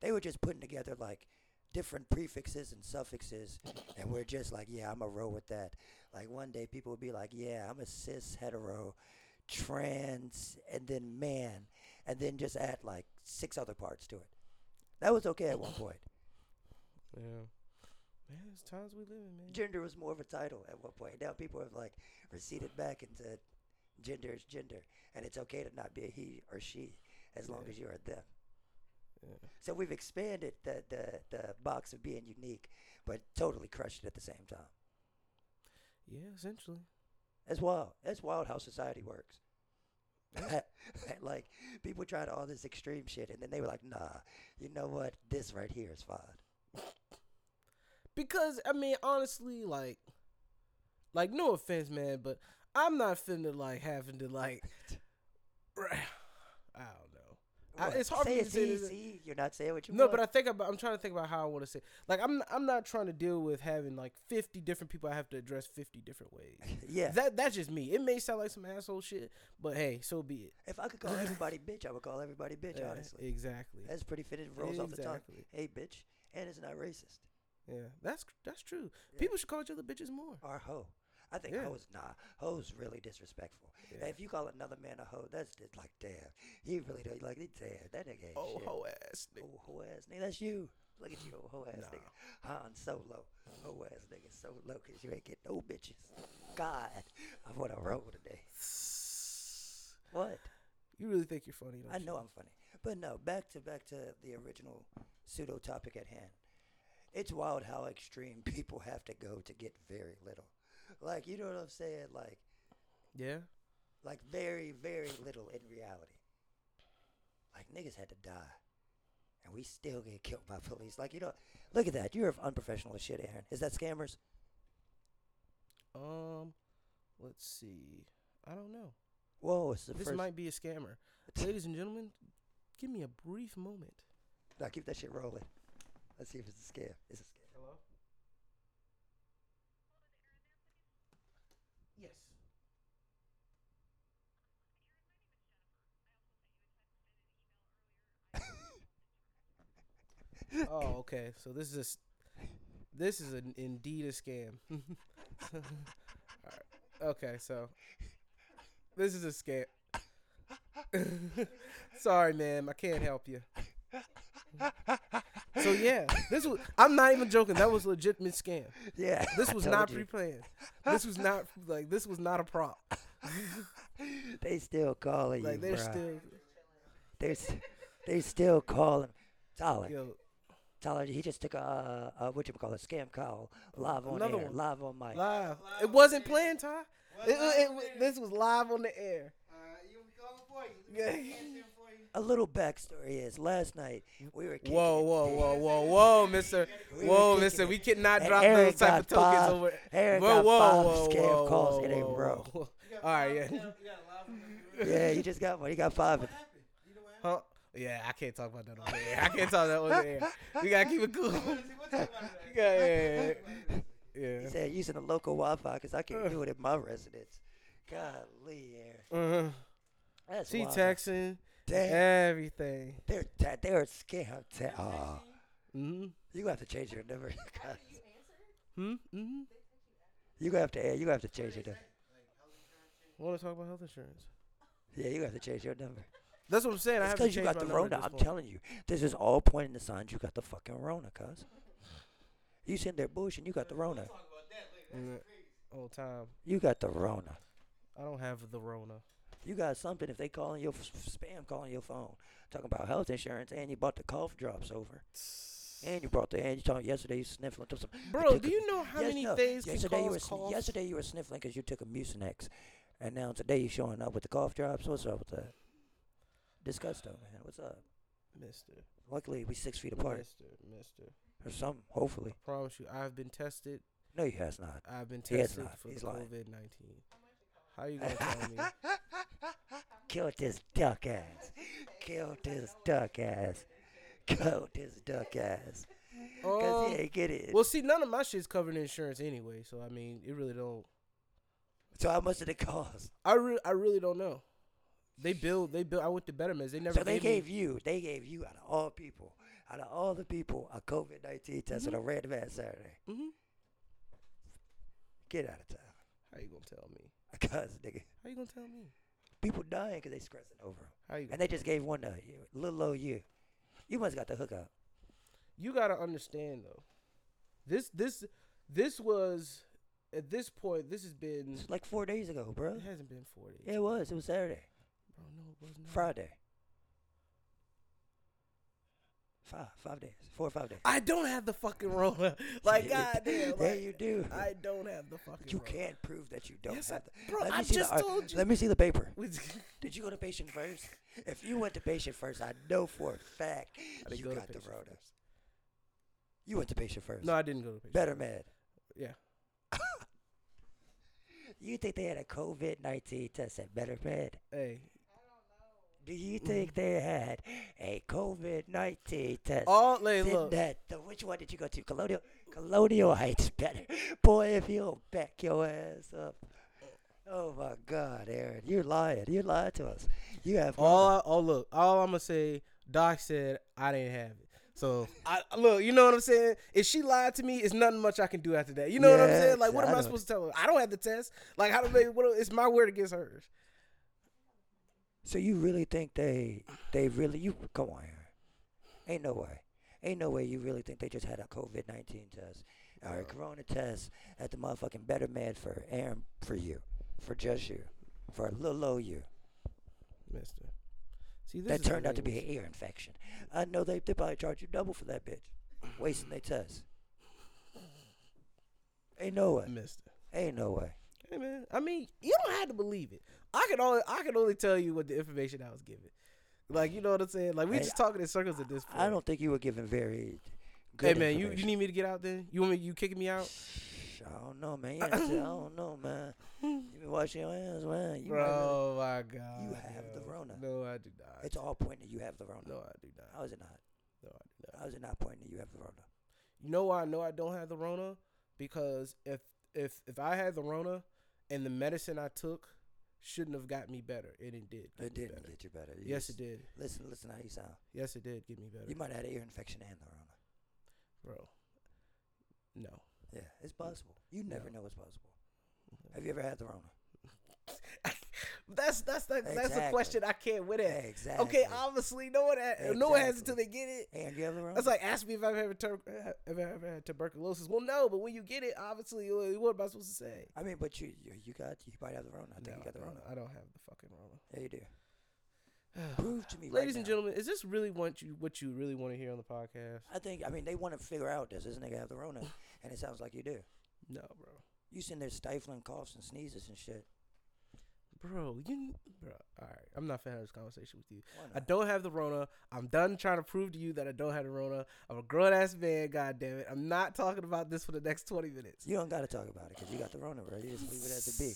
[SPEAKER 2] They were just putting together like different prefixes and suffixes, and we're just like, yeah, I'm a row with that. Like one day people would be like, yeah, I'm a cis hetero, trans, and then man, and then just add like six other parts to it. That was okay at one point.
[SPEAKER 1] Yeah. Man, it's times we live in, man.
[SPEAKER 2] gender was more of a title at one point. Now people have like receded back into gender is gender, and it's okay to not be a he or she as long
[SPEAKER 1] Yeah.
[SPEAKER 2] as you are them.
[SPEAKER 1] Yeah.
[SPEAKER 2] So we've expanded the, the the box of being unique, but totally crushed it at the same time.
[SPEAKER 1] yeah, essentially.
[SPEAKER 2] That's wild. That's wild how society works. like people tried all this extreme shit, and then they were like, "Nah, you know what? This right here is fine."
[SPEAKER 1] Because I mean, honestly, like, like no offense, man, but I'm not finna like having to like. I don't know. I-
[SPEAKER 2] What?
[SPEAKER 1] it's hard for
[SPEAKER 2] say
[SPEAKER 1] me
[SPEAKER 2] it,
[SPEAKER 1] to say
[SPEAKER 2] see,
[SPEAKER 1] this-
[SPEAKER 2] see, you're not saying what you
[SPEAKER 1] No,
[SPEAKER 2] want.
[SPEAKER 1] but I think about, I'm trying to think about how I want to say. Like, I'm I'm not trying to deal with having like 50 different people I have to address 50 different ways.
[SPEAKER 2] yeah.
[SPEAKER 1] That that's just me. It may sound like some asshole shit, but hey, so be it.
[SPEAKER 2] If I could call everybody bitch, I would call everybody bitch,
[SPEAKER 1] Yeah,
[SPEAKER 2] honestly.
[SPEAKER 1] exactly.
[SPEAKER 2] That's pretty fitted. It rolls off the tongue.
[SPEAKER 1] Exactly.
[SPEAKER 2] Hey, bitch. And it's not racist.
[SPEAKER 1] yeah, that's that's true.
[SPEAKER 2] Yeah.
[SPEAKER 1] People should call each other bitches more.
[SPEAKER 2] Or hoe. I think
[SPEAKER 1] Yeah.
[SPEAKER 2] hoes, nah. Hoes really disrespectful.
[SPEAKER 1] Yeah.
[SPEAKER 2] If you call another man a hoe, that's just like, damn. He really don't like it. Damn, that nigga ain't
[SPEAKER 1] Oh,
[SPEAKER 2] shit.
[SPEAKER 1] hoe ass. nigga.
[SPEAKER 2] Oh, hoe ass nigga. That's you. Look at you, hoe ass
[SPEAKER 1] Nah.
[SPEAKER 2] nigga. Han Solo. Hoe ass nigga. So low because you ain't get no bitches. God. I'm on a roll today. What?
[SPEAKER 1] You really think you're funny? Don't
[SPEAKER 2] I
[SPEAKER 1] you?
[SPEAKER 2] know I'm funny, but no. Back to back to the original pseudo topic at hand. It's wild how extreme people have to go to get very little. Like you know what I'm saying? Like
[SPEAKER 1] Yeah.
[SPEAKER 2] like very very little in reality. Like niggas had to die, and we still get killed by police. Like you know, look at that. You're unprofessional as shit, Aaron. Is that scammers?
[SPEAKER 1] Um, let's see. I don't know.
[SPEAKER 2] Whoa, it's the
[SPEAKER 1] this
[SPEAKER 2] first.
[SPEAKER 1] might be a scammer. Ladies and gentlemen, give me a brief moment.
[SPEAKER 2] Now keep that shit rolling. Let's see if it's a scam. It's a scam.
[SPEAKER 1] Hello? Yes. oh, okay. So this is a, s- this is an indeed a scam. Alright. Okay, so this is a scam. Sorry, ma'am, I can't help you. So yeah, this was. I'm not even joking. That was legitimate scam.
[SPEAKER 2] Yeah.
[SPEAKER 1] This
[SPEAKER 2] I
[SPEAKER 1] was
[SPEAKER 2] told
[SPEAKER 1] not
[SPEAKER 2] you.
[SPEAKER 1] pre-planned. This was not like this was not a prop.
[SPEAKER 2] They still calling
[SPEAKER 1] Like
[SPEAKER 2] you,
[SPEAKER 1] they're
[SPEAKER 2] bruh.
[SPEAKER 1] still
[SPEAKER 2] They're s- they still calling. Tyler,
[SPEAKER 1] yo. Yo,
[SPEAKER 2] Tyler, he just took a, uh, uh what you call it, scam call live on
[SPEAKER 1] Another
[SPEAKER 2] air,
[SPEAKER 1] one.
[SPEAKER 2] live on mic.
[SPEAKER 1] live. It wasn't planned, Ty. It, it- it- this was live on the air.
[SPEAKER 2] A little backstory is last night we were kicking
[SPEAKER 1] Whoa,
[SPEAKER 2] it.
[SPEAKER 1] whoa, whoa, whoa, whoa, Mister.
[SPEAKER 2] We were
[SPEAKER 1] Whoa,
[SPEAKER 2] kicking
[SPEAKER 1] Mister.
[SPEAKER 2] it.
[SPEAKER 1] We cannot
[SPEAKER 2] And
[SPEAKER 1] drop
[SPEAKER 2] Eric
[SPEAKER 1] those type of
[SPEAKER 2] got five-
[SPEAKER 1] tokens over.
[SPEAKER 2] Eric
[SPEAKER 1] whoa,
[SPEAKER 2] got
[SPEAKER 1] whoa,
[SPEAKER 2] five
[SPEAKER 1] whoa,
[SPEAKER 2] scam
[SPEAKER 1] whoa,
[SPEAKER 2] calls
[SPEAKER 1] whoa,
[SPEAKER 2] in a
[SPEAKER 1] whoa,
[SPEAKER 2] row.
[SPEAKER 1] whoa. All right, yeah.
[SPEAKER 2] Yeah, he just got one. He got five.
[SPEAKER 1] Huh? Yeah, I can't talk about that on the air. I can't talk that on the air. We gotta keep it cool. yeah, yeah, yeah.
[SPEAKER 2] He
[SPEAKER 1] yeah.
[SPEAKER 2] said using the local Wi-Fi because I can't do it in my residence. Golly, Eric.
[SPEAKER 1] Uh-huh.
[SPEAKER 2] that's
[SPEAKER 1] She
[SPEAKER 2] wild.
[SPEAKER 1] texting eh.
[SPEAKER 2] Damn,
[SPEAKER 1] everything.
[SPEAKER 2] they're ta- they're scam. Ta- Aw.
[SPEAKER 1] Mm-hmm.
[SPEAKER 2] you gonna have to change your number.
[SPEAKER 1] Mm-hmm.
[SPEAKER 2] you gonna have to eh, you gonna have to change your number.
[SPEAKER 1] Want to talk about health insurance?
[SPEAKER 2] Yeah, you have to change your number.
[SPEAKER 1] That's what I'm saying. I
[SPEAKER 2] It's
[SPEAKER 1] have to
[SPEAKER 2] because you
[SPEAKER 1] change
[SPEAKER 2] got
[SPEAKER 1] my
[SPEAKER 2] the
[SPEAKER 1] number at
[SPEAKER 2] Rona.
[SPEAKER 1] this
[SPEAKER 2] I'm
[SPEAKER 1] point.
[SPEAKER 2] telling you, this is all pointing the signs. You got the fucking Rona, cuz. You sitting there bushing. You got the Rona.
[SPEAKER 1] Mm, Old time.
[SPEAKER 2] You got the Rona.
[SPEAKER 1] I don't have the Rona.
[SPEAKER 2] You got something if they calling your f- spam calling your phone talking about health insurance and you bought the cough drops over and you brought the and you talking yesterday you sniffling to some
[SPEAKER 1] Bro,
[SPEAKER 2] took
[SPEAKER 1] do
[SPEAKER 2] a-
[SPEAKER 1] you know how
[SPEAKER 2] Yes,
[SPEAKER 1] many
[SPEAKER 2] no,
[SPEAKER 1] things can
[SPEAKER 2] yesterday you were
[SPEAKER 1] cause
[SPEAKER 2] sn-
[SPEAKER 1] coughs?
[SPEAKER 2] yesterday you were sniffling because you took a Mucinex and now today you showing up with the cough drops. What's up with that? Disgusting, man. What's up?
[SPEAKER 1] Mister,
[SPEAKER 2] Luckily we six feet apart
[SPEAKER 1] Mister, Mister.
[SPEAKER 2] or something. Hopefully,
[SPEAKER 1] I promise you, I've been tested.
[SPEAKER 2] no, you has not.
[SPEAKER 1] I've been
[SPEAKER 2] He has
[SPEAKER 1] tested
[SPEAKER 2] not.
[SPEAKER 1] for
[SPEAKER 2] He's lying.
[SPEAKER 1] COVID nineteen. How you gonna tell me?
[SPEAKER 2] Killed this duck ass. Killed this duck ass. Killed this duck ass. Cause he
[SPEAKER 1] Um,
[SPEAKER 2] ain't get it.
[SPEAKER 1] well, see, none of my shit's covered in insurance anyway, so I mean, it really don't.
[SPEAKER 2] so how much did it cost?
[SPEAKER 1] I re- I really don't know. They build. They build. I went to Betterments. They never.
[SPEAKER 2] So they
[SPEAKER 1] gave
[SPEAKER 2] gave you, they gave you out of all people, out of all the people, a COVID nineteen test
[SPEAKER 1] Mm-hmm.
[SPEAKER 2] on a random ass Saturday.
[SPEAKER 1] Me, Mhm.
[SPEAKER 2] Get out of town,
[SPEAKER 1] How you gonna tell me?
[SPEAKER 2] cause nigga,
[SPEAKER 1] How you gonna tell me?
[SPEAKER 2] people dying cause they stressing over 'em.
[SPEAKER 1] How you?
[SPEAKER 2] and
[SPEAKER 1] Gonna-
[SPEAKER 2] they just gave one to you, little old you. You must got the hookup.
[SPEAKER 1] you gotta understand though. This this this was at this point. This has been.
[SPEAKER 2] It's like four days ago, bro.
[SPEAKER 1] It hasn't been forty.
[SPEAKER 2] Yeah, it was. It was Saturday,
[SPEAKER 1] Bro, no, it was not.
[SPEAKER 2] Friday. Five, five days, four or five days.
[SPEAKER 1] I don't have the fucking Rona. Like,
[SPEAKER 2] Yeah,
[SPEAKER 1] goddamn. Like,
[SPEAKER 2] yeah, you do.
[SPEAKER 1] I don't have the fucking
[SPEAKER 2] you
[SPEAKER 1] Rona.
[SPEAKER 2] can't prove that you don't
[SPEAKER 1] Yes, I-
[SPEAKER 2] have. the-
[SPEAKER 1] bro,
[SPEAKER 2] Let me
[SPEAKER 1] I
[SPEAKER 2] see the
[SPEAKER 1] just
[SPEAKER 2] ar-
[SPEAKER 1] told you.
[SPEAKER 2] Let me see the paper.
[SPEAKER 1] With-
[SPEAKER 2] Did you go to patient first? If you went to patient first, I know for a fact
[SPEAKER 1] didn't
[SPEAKER 2] you
[SPEAKER 1] go to
[SPEAKER 2] got the
[SPEAKER 1] patient
[SPEAKER 2] Rona. You went to patient first.
[SPEAKER 1] no, I didn't go to the patient.
[SPEAKER 2] Better med.
[SPEAKER 1] Yeah.
[SPEAKER 2] You think they had a COVID nineteen test at Better Med?
[SPEAKER 1] Hey.
[SPEAKER 2] Do you
[SPEAKER 1] Mm-hmm.
[SPEAKER 2] think they had a COVID nineteen test?
[SPEAKER 1] All, hey,
[SPEAKER 2] Did
[SPEAKER 1] look.
[SPEAKER 2] that? The, which one did you go to? Colonial, Colonial Heights better. Boy, if you don't back your ass up. Oh my God, Aaron, you're lying. You lied to us. You have
[SPEAKER 1] All, I, all, look. All I'm going to say, Doc said I didn't have it. So, I look, you know what I'm saying? If she lied to me, it's nothing much I can do after that. You know what I'm saying? Like, what
[SPEAKER 2] Yes,
[SPEAKER 1] am
[SPEAKER 2] I
[SPEAKER 1] I
[SPEAKER 2] know.
[SPEAKER 1] supposed to tell her? I don't have the test. Like, how do they, what, it's my word against hers.
[SPEAKER 2] So you really think they they really you come on here? Ain't no way. Ain't no way you really think they just had a COVID nineteen test or a corona test at the motherfucking better man for Aaron for you. For just you. For a little old you.
[SPEAKER 1] Mister. See, this is
[SPEAKER 2] That
[SPEAKER 1] the
[SPEAKER 2] turned out to
[SPEAKER 1] thing
[SPEAKER 2] be an ear infection. I know they they probably charge you double for that bitch. Wasting their test. Ain't no
[SPEAKER 1] with-
[SPEAKER 2] way.
[SPEAKER 1] Mister.
[SPEAKER 2] Ain't no way.
[SPEAKER 1] Hey man, I mean, you don't have to believe it. I can only I can only tell you what the information I was given. Like you know what I'm saying? Like we
[SPEAKER 2] Hey,
[SPEAKER 1] just talking in circles at this point.
[SPEAKER 2] I don't think you were given very
[SPEAKER 1] Hey
[SPEAKER 2] good.
[SPEAKER 1] man, you, you
[SPEAKER 2] information.
[SPEAKER 1] need me to get out then? You want me you kicking me out?
[SPEAKER 2] I don't know, man. You ain't said- I don't know, man. You been washing your hands, man. You might really-
[SPEAKER 1] Bro, Oh, my god.
[SPEAKER 2] have the
[SPEAKER 1] yo.
[SPEAKER 2] Rona.
[SPEAKER 1] No, I do not.
[SPEAKER 2] it's all pointing that you have the Rona.
[SPEAKER 1] no, I do not.
[SPEAKER 2] How is it not?
[SPEAKER 1] No, I do not.
[SPEAKER 2] How is it not pointing that you have the Rona?
[SPEAKER 1] You know why I know I don't have the Rona? Because if if if I had the Rona and the medicine I took shouldn't have got me better, and it did. get
[SPEAKER 2] It
[SPEAKER 1] me
[SPEAKER 2] didn't
[SPEAKER 1] better.
[SPEAKER 2] get you better. You
[SPEAKER 1] Yes,
[SPEAKER 2] just-
[SPEAKER 1] it did.
[SPEAKER 2] Listen, listen how you sound.
[SPEAKER 1] Yes, it did get me better,
[SPEAKER 2] You might have had an ear infection and the Rona.
[SPEAKER 1] bro. No.
[SPEAKER 2] Yeah, it's possible. You never
[SPEAKER 1] No.
[SPEAKER 2] know it's possible. Have you ever had the Rona?
[SPEAKER 1] That's that's the, that's a
[SPEAKER 2] Exactly.
[SPEAKER 1] question I can't win at.
[SPEAKER 2] Exactly.
[SPEAKER 1] Okay, obviously no one ha- no one has it
[SPEAKER 2] Exactly.
[SPEAKER 1] until they get it.
[SPEAKER 2] And you have the wrong.
[SPEAKER 1] That's like ask me if I've ever, tur- have I ever had tuberculosis. Well, no, but when you get it, obviously, what what am I supposed to say?
[SPEAKER 2] I mean, but you you, you got you might have the wrong. I think you
[SPEAKER 1] No,
[SPEAKER 2] got the
[SPEAKER 1] no,
[SPEAKER 2] wrong.
[SPEAKER 1] I don't have the fucking Rona.
[SPEAKER 2] Yeah, you do. Prove to me, right
[SPEAKER 1] Ladies and
[SPEAKER 2] now.
[SPEAKER 1] gentlemen, is this really what you what you really want to hear on the podcast?
[SPEAKER 2] I think I mean they want to figure out does this nigga have the Rona, and it sounds like you do.
[SPEAKER 1] No, bro.
[SPEAKER 2] You sitting there stifling coughs and sneezes and shit.
[SPEAKER 1] Bro, you bro. All right, I'm not finna have this conversation with you.
[SPEAKER 2] Why
[SPEAKER 1] I
[SPEAKER 2] not?
[SPEAKER 1] don't have the Rona. I'm done trying to prove to you that I don't have the Rona. I'm a grown ass man. God damn it. I'm not talking about this for the next 20 minutes.
[SPEAKER 2] You don't got to talk about it because you got the Rona, bro. You just leave it as it be.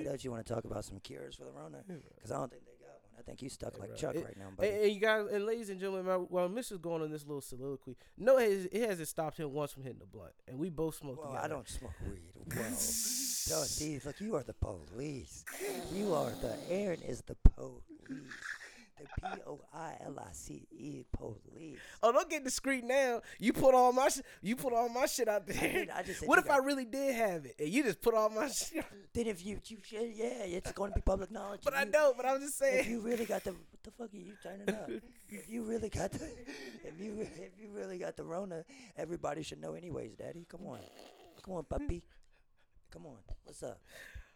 [SPEAKER 2] I doubt you want to talk about some cures for the Rona because I don't think they got one. I think you stuck like
[SPEAKER 1] bro.
[SPEAKER 2] Chuck
[SPEAKER 1] It-
[SPEAKER 2] right now, buddy.
[SPEAKER 1] And, and you guys, and ladies and gentlemen, my, while Mitch is going on this little soliloquy, no, it, has- it hasn't stopped him once from hitting the blunt. And we both smoke
[SPEAKER 2] well,
[SPEAKER 1] together.
[SPEAKER 2] I don't smoke weed. Whoa. Yo, Steve, look, you are the police. You are the Aaron is the police. The P O I L I C E police.
[SPEAKER 1] Oh, don't get discreet now. You put all my sh- you put all my shit out there.
[SPEAKER 2] did- I just said
[SPEAKER 1] what
[SPEAKER 2] you
[SPEAKER 1] if
[SPEAKER 2] got-
[SPEAKER 1] I really did have it and you just put all my shit? out-
[SPEAKER 2] Then if you you should, yeah, it's going to be public knowledge.
[SPEAKER 1] But
[SPEAKER 2] if
[SPEAKER 1] I
[SPEAKER 2] you-
[SPEAKER 1] don't. But I'm just
[SPEAKER 2] If
[SPEAKER 1] saying.
[SPEAKER 2] you really got the what the fuck are you turning up? if you really got the if you if you really got the Rona, everybody should know anyways, Daddy. Come on, come on, puppy. Come on, what's up?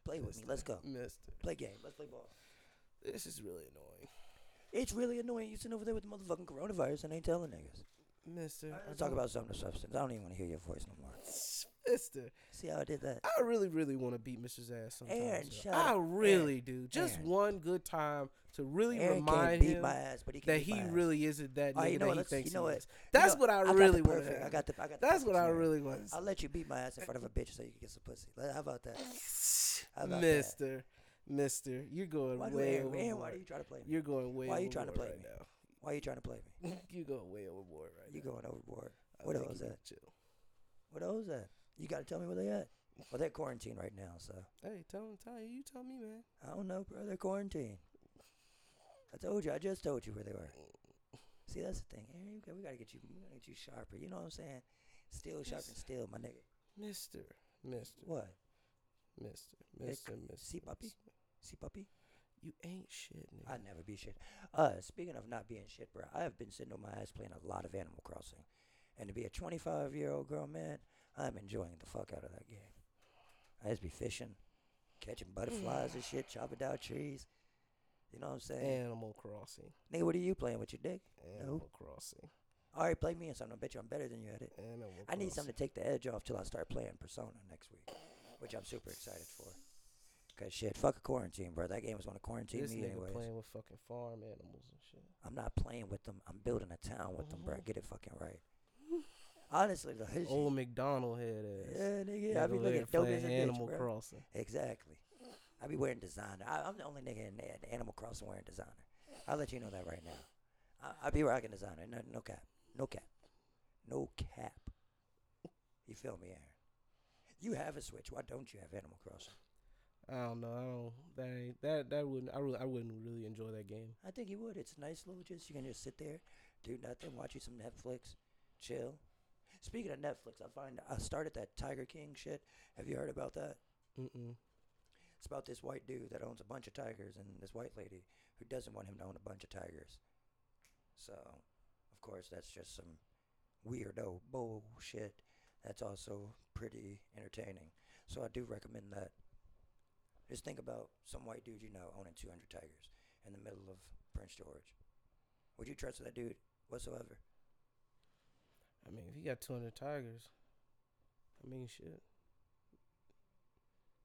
[SPEAKER 2] Play with me. Let's go.
[SPEAKER 1] Mister,
[SPEAKER 2] Play game. Let's play ball.
[SPEAKER 1] this is really annoying,
[SPEAKER 2] It's really annoying you sitting over there with the motherfucking coronavirus and ain't telling niggas.
[SPEAKER 1] Mister.
[SPEAKER 2] Let's talk about something of substance. I don't even want to hear your voice no more.
[SPEAKER 1] Mister.
[SPEAKER 2] See how I did that?
[SPEAKER 1] I really, really want to beat Mrs. Ass sometimes.
[SPEAKER 2] Aaron,
[SPEAKER 1] yo.
[SPEAKER 2] shut
[SPEAKER 1] I
[SPEAKER 2] up.
[SPEAKER 1] really do. Just
[SPEAKER 2] Aaron.
[SPEAKER 1] one good time to really
[SPEAKER 2] Aaron can't
[SPEAKER 1] remind
[SPEAKER 2] beat
[SPEAKER 1] him
[SPEAKER 2] my ass, but he can
[SPEAKER 1] that
[SPEAKER 2] beat my
[SPEAKER 1] he
[SPEAKER 2] ass.
[SPEAKER 1] really isn't that nigga
[SPEAKER 2] All right, you know
[SPEAKER 1] that
[SPEAKER 2] what?
[SPEAKER 1] he
[SPEAKER 2] Let's-
[SPEAKER 1] thinks
[SPEAKER 2] you know
[SPEAKER 1] he
[SPEAKER 2] what?
[SPEAKER 1] is.
[SPEAKER 2] You
[SPEAKER 1] That's
[SPEAKER 2] know,
[SPEAKER 1] what I,
[SPEAKER 2] got the
[SPEAKER 1] really want.
[SPEAKER 2] perfect- I got the. I got the
[SPEAKER 1] That's what
[SPEAKER 2] perfect
[SPEAKER 1] I
[SPEAKER 2] scenario.
[SPEAKER 1] really want.
[SPEAKER 2] I'll let you beat my ass in front of a bitch so you can get some pussy. Let- How about that? How about that?
[SPEAKER 1] Mister, Mister, you're going
[SPEAKER 2] Why do
[SPEAKER 1] way
[SPEAKER 2] Aaron, Aaron, why
[SPEAKER 1] overboard.
[SPEAKER 2] do you try to play me?
[SPEAKER 1] You're going way.
[SPEAKER 2] Why you
[SPEAKER 1] overboard
[SPEAKER 2] trying to play
[SPEAKER 1] right
[SPEAKER 2] me?
[SPEAKER 1] now?
[SPEAKER 2] Why are you trying to play me?
[SPEAKER 1] you going way overboard right
[SPEAKER 2] You
[SPEAKER 1] now.
[SPEAKER 2] going overboard.
[SPEAKER 1] I
[SPEAKER 2] What
[SPEAKER 1] think
[SPEAKER 2] was
[SPEAKER 1] you
[SPEAKER 2] that?
[SPEAKER 1] need to Chill.
[SPEAKER 2] What was that? You got to tell me where they at. Well, they're quarantined right now, so
[SPEAKER 1] Hey, tell him, tell you, you tell me, man.
[SPEAKER 2] I don't know, bro. They're quarantined. I told you. I just told you where they were. See, that's the thing, Aaron. You got, we gotta get you. We gotta get you sharper. You know what I'm saying? Still sharp and still, my nigga.
[SPEAKER 1] Mister, Mister,
[SPEAKER 2] What?
[SPEAKER 1] Mister,
[SPEAKER 2] Yeah,
[SPEAKER 1] Mister,
[SPEAKER 2] c-
[SPEAKER 1] Mister.
[SPEAKER 2] see, puppy?
[SPEAKER 1] Mister.
[SPEAKER 2] See, puppy.
[SPEAKER 1] You ain't shit, nigga.
[SPEAKER 2] I never be shit. Uh, speaking of not being shit, bro, I have been sitting on my ass playing a lot of Animal Crossing, and to be a 25 year old grown man, I'm enjoying the fuck out of that game. I just be fishing, catching butterflies and shit, chopping down trees. You know what I'm saying?
[SPEAKER 1] Animal Crossing.
[SPEAKER 2] Nigga, what are you playing with your dick?
[SPEAKER 1] Animal Crossing.
[SPEAKER 2] All right, play me in something. I bet you I'm better than you at it.
[SPEAKER 1] Animal
[SPEAKER 2] I need
[SPEAKER 1] Crossing.
[SPEAKER 2] something to take the edge off till I start playing Persona next week, which I'm super excited for. Cause shit, fuck a quarantine, bro. That game was going to quarantine
[SPEAKER 1] This
[SPEAKER 2] me
[SPEAKER 1] nigga
[SPEAKER 2] anyways.
[SPEAKER 1] playing with fucking farm animals and shit.
[SPEAKER 2] I'm not playing with them. I'm building a town with them, bro. Get it fucking right. Honestly, though, it's-
[SPEAKER 1] Mm-hmm. Old McDonald head ass.
[SPEAKER 2] yeah, nigga, I be
[SPEAKER 1] Nigga over there
[SPEAKER 2] looking dope
[SPEAKER 1] playing
[SPEAKER 2] as a
[SPEAKER 1] Animal
[SPEAKER 2] bitch, bro.
[SPEAKER 1] Crossing.
[SPEAKER 2] Exactly. I be wearing designer. I, I'm the only nigga in, in Animal Crossing wearing designer. I'll let you know that right now. I, I be rocking designer. No, no cap. No cap. No cap. You feel me, Aaron? You have a Switch. Why don't you have Animal Crossing?
[SPEAKER 1] I don't know. I don't. That ain't, that that wouldn't. I really. I wouldn't really enjoy that game.
[SPEAKER 2] I think you would. It's a nice little just you can just sit there, do nothing, watch you some Netflix, chill. Speaking of Netflix, I find I started that Tiger King shit. Have you heard about that?
[SPEAKER 1] Mm-mm.
[SPEAKER 2] It's about this white dude that owns a bunch of tigers and this white lady who doesn't want him to own a bunch of tigers. So, of course, that's just some weirdo bullshit. That's also pretty entertaining. So I do recommend that. Just think about some white dude you know owning 200 tigers in the middle of Prince George. Would you trust that dude whatsoever?
[SPEAKER 1] I mean, if you got two hundred tigers, I mean, shit.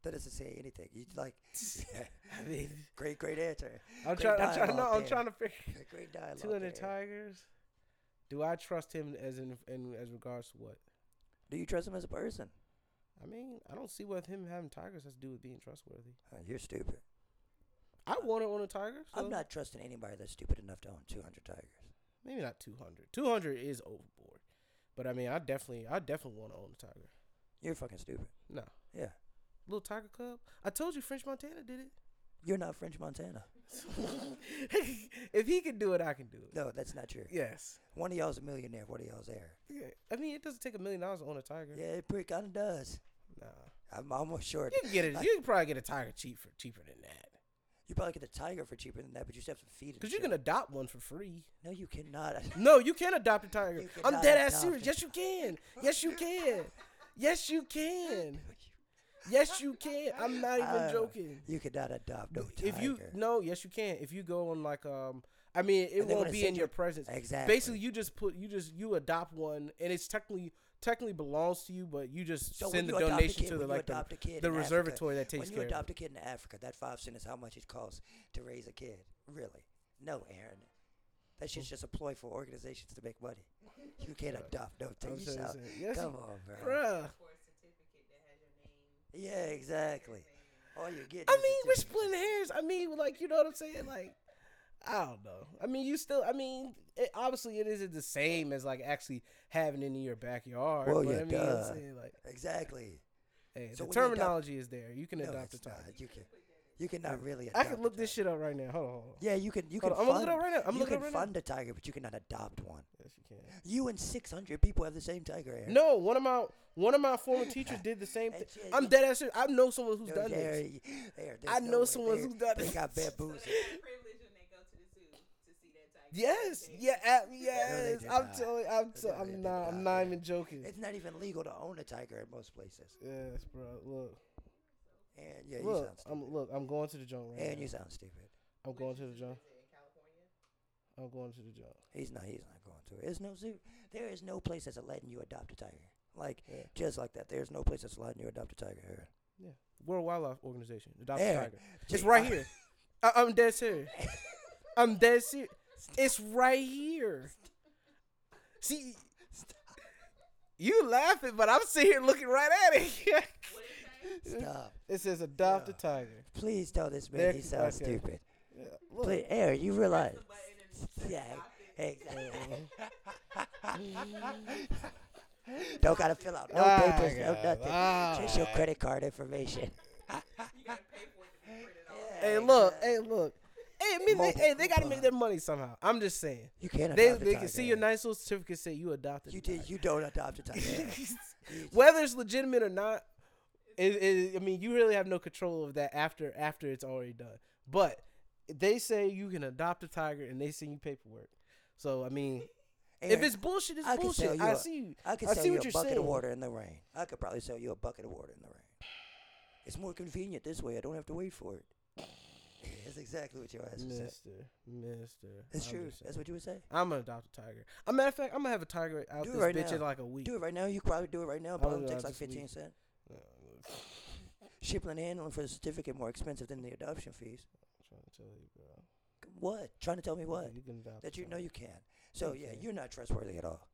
[SPEAKER 2] That doesn't say anything. You like,
[SPEAKER 1] I mean,
[SPEAKER 2] great, great answer.
[SPEAKER 1] I'm
[SPEAKER 2] Great
[SPEAKER 1] trying. I'm trying. No,
[SPEAKER 2] dialogue
[SPEAKER 1] I'm
[SPEAKER 2] there.
[SPEAKER 1] trying to figure.
[SPEAKER 2] Great dialogue.
[SPEAKER 1] Two hundred
[SPEAKER 2] there.
[SPEAKER 1] tigers. Do I trust him as in, in as regards to what?
[SPEAKER 2] Do you trust him as a person?
[SPEAKER 1] I mean, I don't see what him having tigers has to do with being trustworthy.
[SPEAKER 2] Uh, you're stupid.
[SPEAKER 1] I want to own a tiger. So
[SPEAKER 2] I'm not trusting anybody that's stupid enough to own 200 tigers.
[SPEAKER 1] Maybe not two hundred. Two hundred is overboard. But I mean, I definitely, I definitely want to own a tiger.
[SPEAKER 2] You're fucking stupid.
[SPEAKER 1] No,
[SPEAKER 2] Yeah.
[SPEAKER 1] little tiger cub. I told you, French Montana did it.
[SPEAKER 2] You're not French Montana.
[SPEAKER 1] if he can do it, I can do it.
[SPEAKER 2] No, that's not true.
[SPEAKER 1] Yes.
[SPEAKER 2] One of y'all's a millionaire, one of y'all's air.
[SPEAKER 1] Yeah. I mean, it doesn't take a million dollars to own a tiger.
[SPEAKER 2] Yeah, it pretty kind of does.
[SPEAKER 1] Nah.
[SPEAKER 2] I'm almost sure.
[SPEAKER 1] You can get it. You can probably get a tiger cheap for cheaper than that.
[SPEAKER 2] You probably get a tiger for cheaper than that, but you still have to feed it.
[SPEAKER 1] Because you
[SPEAKER 2] and
[SPEAKER 1] can
[SPEAKER 2] shit.
[SPEAKER 1] adopt one for free.
[SPEAKER 2] No, you cannot.
[SPEAKER 1] No, you can adopt a tiger.
[SPEAKER 2] You
[SPEAKER 1] I'm
[SPEAKER 2] cannot
[SPEAKER 1] dead ass serious.
[SPEAKER 2] adopt a-
[SPEAKER 1] Yes, you can. Yes, you can. Yes, you can. Yes, you can. I'm not even
[SPEAKER 2] Uh,
[SPEAKER 1] joking.
[SPEAKER 2] You cannot adopt no tiger.
[SPEAKER 1] If you no, yes, you can. If you go on like um, I mean, it
[SPEAKER 2] And they're
[SPEAKER 1] won't
[SPEAKER 2] gonna
[SPEAKER 1] be
[SPEAKER 2] send
[SPEAKER 1] in
[SPEAKER 2] you-
[SPEAKER 1] your presence.
[SPEAKER 2] Exactly.
[SPEAKER 1] Basically, you just put you just you adopt one, and it's technically technically belongs to you, but you just
[SPEAKER 2] So when
[SPEAKER 1] send the
[SPEAKER 2] you adopt a
[SPEAKER 1] donation
[SPEAKER 2] kid-
[SPEAKER 1] to the
[SPEAKER 2] when you
[SPEAKER 1] like the,
[SPEAKER 2] adopt a kid
[SPEAKER 1] the
[SPEAKER 2] in Africa,
[SPEAKER 1] reservatory that takes
[SPEAKER 2] when you
[SPEAKER 1] care. of
[SPEAKER 2] adopt
[SPEAKER 1] it.
[SPEAKER 2] a kid in Africa, that five cent is how much it costs to raise a kid. Really? No, Aaron. That shit's just a ploy for organizations to make money. You can't adopt no
[SPEAKER 1] I'm
[SPEAKER 2] thing.
[SPEAKER 1] saying,
[SPEAKER 2] yourself.
[SPEAKER 1] saying, yes,
[SPEAKER 2] Come on, bro.
[SPEAKER 1] bruh.
[SPEAKER 3] for a certificate that has your name.
[SPEAKER 2] Yeah, exactly. All you get.
[SPEAKER 1] I mean, we're splitting hairs. I mean, like you know what I'm saying? Like, I don't know. I mean, you still. I mean, it, obviously, it isn't the same as like actually having it in your backyard.
[SPEAKER 2] Well,
[SPEAKER 1] but
[SPEAKER 2] yeah,
[SPEAKER 1] I mean, I'm
[SPEAKER 2] duh.
[SPEAKER 1] saying, like,
[SPEAKER 2] Exactly.
[SPEAKER 1] hey,
[SPEAKER 2] So
[SPEAKER 1] the
[SPEAKER 2] when you adopt-
[SPEAKER 1] terminology is there. You can
[SPEAKER 2] No,
[SPEAKER 1] adopt a
[SPEAKER 2] it's not.
[SPEAKER 1] tiger.
[SPEAKER 2] You can. You cannot really.
[SPEAKER 1] I
[SPEAKER 2] Adopt
[SPEAKER 1] can
[SPEAKER 2] a
[SPEAKER 1] look this
[SPEAKER 2] tiger.
[SPEAKER 1] shit up right now. Hold on, hold on.
[SPEAKER 2] Yeah, you can. You can.
[SPEAKER 1] Hold on, I'm gonna
[SPEAKER 2] fund,
[SPEAKER 1] look it up right now. I'm
[SPEAKER 2] you
[SPEAKER 1] looking
[SPEAKER 2] can
[SPEAKER 1] it up right now.
[SPEAKER 2] fund a tiger, but you cannot adopt one.
[SPEAKER 1] Yes, you can.
[SPEAKER 2] You and 600 people have the same tiger. Aaron.
[SPEAKER 1] No, one of my one of my former teachers did the same thing.
[SPEAKER 2] That's it.
[SPEAKER 1] I'm dead ass serious. I know someone who's
[SPEAKER 2] No,
[SPEAKER 1] done this.
[SPEAKER 2] Aaron, you- Aaron,
[SPEAKER 1] I
[SPEAKER 2] there's no
[SPEAKER 1] know
[SPEAKER 2] way.
[SPEAKER 1] someone
[SPEAKER 2] They-
[SPEAKER 1] who's done
[SPEAKER 2] They
[SPEAKER 1] this.
[SPEAKER 2] got
[SPEAKER 3] So
[SPEAKER 2] bamboozled.
[SPEAKER 3] they have privilege when they go to the zoo to see that tiger.
[SPEAKER 1] Yes,
[SPEAKER 3] They-
[SPEAKER 1] yeah, ab- yes.
[SPEAKER 2] did
[SPEAKER 1] I'm
[SPEAKER 2] not.
[SPEAKER 1] telling. I'm.
[SPEAKER 2] They
[SPEAKER 1] So,
[SPEAKER 2] did- they
[SPEAKER 1] I'm
[SPEAKER 2] did
[SPEAKER 1] not. I'm
[SPEAKER 2] not,
[SPEAKER 1] not
[SPEAKER 2] man.
[SPEAKER 1] even joking.
[SPEAKER 2] It's not even legal to own a tiger in most places.
[SPEAKER 1] Yes, bro. Look.
[SPEAKER 2] And yeah, you
[SPEAKER 1] Look,
[SPEAKER 2] sound stupid.
[SPEAKER 1] I'm look. I'm going to the joint right
[SPEAKER 2] and
[SPEAKER 1] now.
[SPEAKER 2] you sound stupid.
[SPEAKER 1] I'm going to the joint.
[SPEAKER 3] Is it in California?
[SPEAKER 1] I'm going to the joint.
[SPEAKER 2] He's not. He's not going to. There's no zoo. There is no place that's letting you adopt a tiger. Like
[SPEAKER 1] Yeah.
[SPEAKER 2] just like that. There's no place that's letting you adopt a tiger. Aaron.
[SPEAKER 1] Yeah. World Wildlife Organization. Adopt a
[SPEAKER 2] Aaron,
[SPEAKER 1] tiger. It's
[SPEAKER 2] just-
[SPEAKER 1] right here. I, I'm dead serious. I'm dead serious. It's right here. See, you laughing, but I'm sitting here looking right at it.
[SPEAKER 3] What is that?
[SPEAKER 2] Stop.
[SPEAKER 1] it says adopt a
[SPEAKER 2] Yeah.
[SPEAKER 1] tiger.
[SPEAKER 2] Please tell this man
[SPEAKER 1] There-
[SPEAKER 2] he sounds
[SPEAKER 1] okay.
[SPEAKER 2] stupid.
[SPEAKER 1] Yeah, look.
[SPEAKER 2] Please, Aaron, you realize?
[SPEAKER 3] The button and
[SPEAKER 2] Yeah.
[SPEAKER 3] stop it.
[SPEAKER 2] Exactly. Don't gotta fill out no
[SPEAKER 1] Ah,
[SPEAKER 2] papers, no
[SPEAKER 1] God.
[SPEAKER 2] nothing.
[SPEAKER 1] Ah.
[SPEAKER 2] Just your credit card information.
[SPEAKER 3] You gotta pay for it to be printed off.
[SPEAKER 1] Hey, look. Hey, look. Hey, I mean, they,
[SPEAKER 2] Mobile
[SPEAKER 1] hey, they gotta
[SPEAKER 2] coupon.
[SPEAKER 1] make their money somehow. I'm just saying.
[SPEAKER 2] You can't
[SPEAKER 1] They,
[SPEAKER 2] adopt a
[SPEAKER 1] they
[SPEAKER 2] tiger,
[SPEAKER 1] can see your
[SPEAKER 2] Aaron.
[SPEAKER 1] nice little certificate say you adopted.
[SPEAKER 2] You
[SPEAKER 1] a tiger.
[SPEAKER 2] did. You don't adopt a tiger. Aaron. You-
[SPEAKER 1] whether it's legitimate or not, it, it, I mean, you really have no control of that after after it's already done. But they say you can adopt a tiger, and they send you paperwork. So I mean, if
[SPEAKER 2] Aaron,
[SPEAKER 1] it's bullshit, it's
[SPEAKER 2] I could sell
[SPEAKER 1] bullshit.
[SPEAKER 2] you
[SPEAKER 1] I
[SPEAKER 2] a-
[SPEAKER 1] see you.
[SPEAKER 2] I could
[SPEAKER 1] I
[SPEAKER 2] sell
[SPEAKER 1] see
[SPEAKER 2] you
[SPEAKER 1] what
[SPEAKER 2] a
[SPEAKER 1] you're
[SPEAKER 2] bucket
[SPEAKER 1] saying.
[SPEAKER 2] of water in the rain. I could probably sell you a bucket of water in the rain. It's more convenient this way. I don't have to wait for it. That's exactly what your ass would say.
[SPEAKER 1] Mister, Mister.
[SPEAKER 2] It's
[SPEAKER 1] I'm
[SPEAKER 2] true.
[SPEAKER 1] just saying.
[SPEAKER 2] That's what you would say.
[SPEAKER 1] I'm gonna adopt a tiger. A matter of fact, I'm gonna have a tiger out
[SPEAKER 2] Do it
[SPEAKER 1] this
[SPEAKER 2] right
[SPEAKER 1] bitch in
[SPEAKER 2] now.
[SPEAKER 1] like a week.
[SPEAKER 2] Do it right now. You could probably do it right now.
[SPEAKER 1] I
[SPEAKER 2] But
[SPEAKER 1] would
[SPEAKER 2] it takes like
[SPEAKER 1] adopt this week.
[SPEAKER 2] fifteen cents.
[SPEAKER 1] Uh, I'm
[SPEAKER 2] Shipping and handling for the certificate more expensive than the adoption fees.
[SPEAKER 1] trying to tell you, bro.
[SPEAKER 2] What? Trying to tell me what?
[SPEAKER 1] You can adopt
[SPEAKER 2] That
[SPEAKER 1] a
[SPEAKER 2] you know
[SPEAKER 1] tiger.
[SPEAKER 2] you can. So yeah,
[SPEAKER 1] Okay.
[SPEAKER 2] you're not trustworthy at all.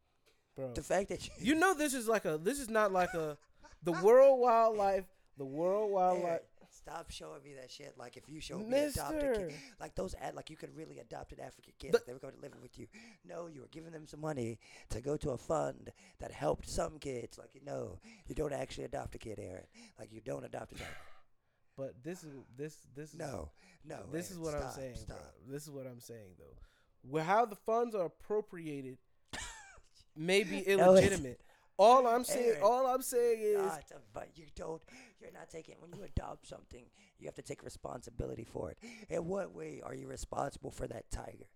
[SPEAKER 1] bro.
[SPEAKER 2] The fact that you,
[SPEAKER 1] You know this is like a this is not like a the world wildlife the world wildlife
[SPEAKER 2] Aaron, stop showing me that shit. Like if you show me adopted kid,
[SPEAKER 1] Mister.
[SPEAKER 2] like those ad, like you could really adopt an African kid.
[SPEAKER 1] The-
[SPEAKER 2] if they were going to live with you. No, you were giving them some money to go to a fund that helped some kids. Like no, you don't actually adopt a kid, Aaron. Like you don't adopt a child.
[SPEAKER 1] but this is this this is
[SPEAKER 2] No, no.
[SPEAKER 1] this
[SPEAKER 2] Aaron,
[SPEAKER 1] is what I'm
[SPEAKER 2] stop,
[SPEAKER 1] saying
[SPEAKER 2] Stop.
[SPEAKER 1] bro. this is what I'm saying though well how the funds are appropriated may be
[SPEAKER 2] No, it's-
[SPEAKER 1] illegitimate all I'm saying
[SPEAKER 2] Aaron,
[SPEAKER 1] all I'm saying is
[SPEAKER 2] Nah, it's a- but you don't. You're not taking. When you adopt something, you have to take responsibility for it. In what way are you responsible for that tiger?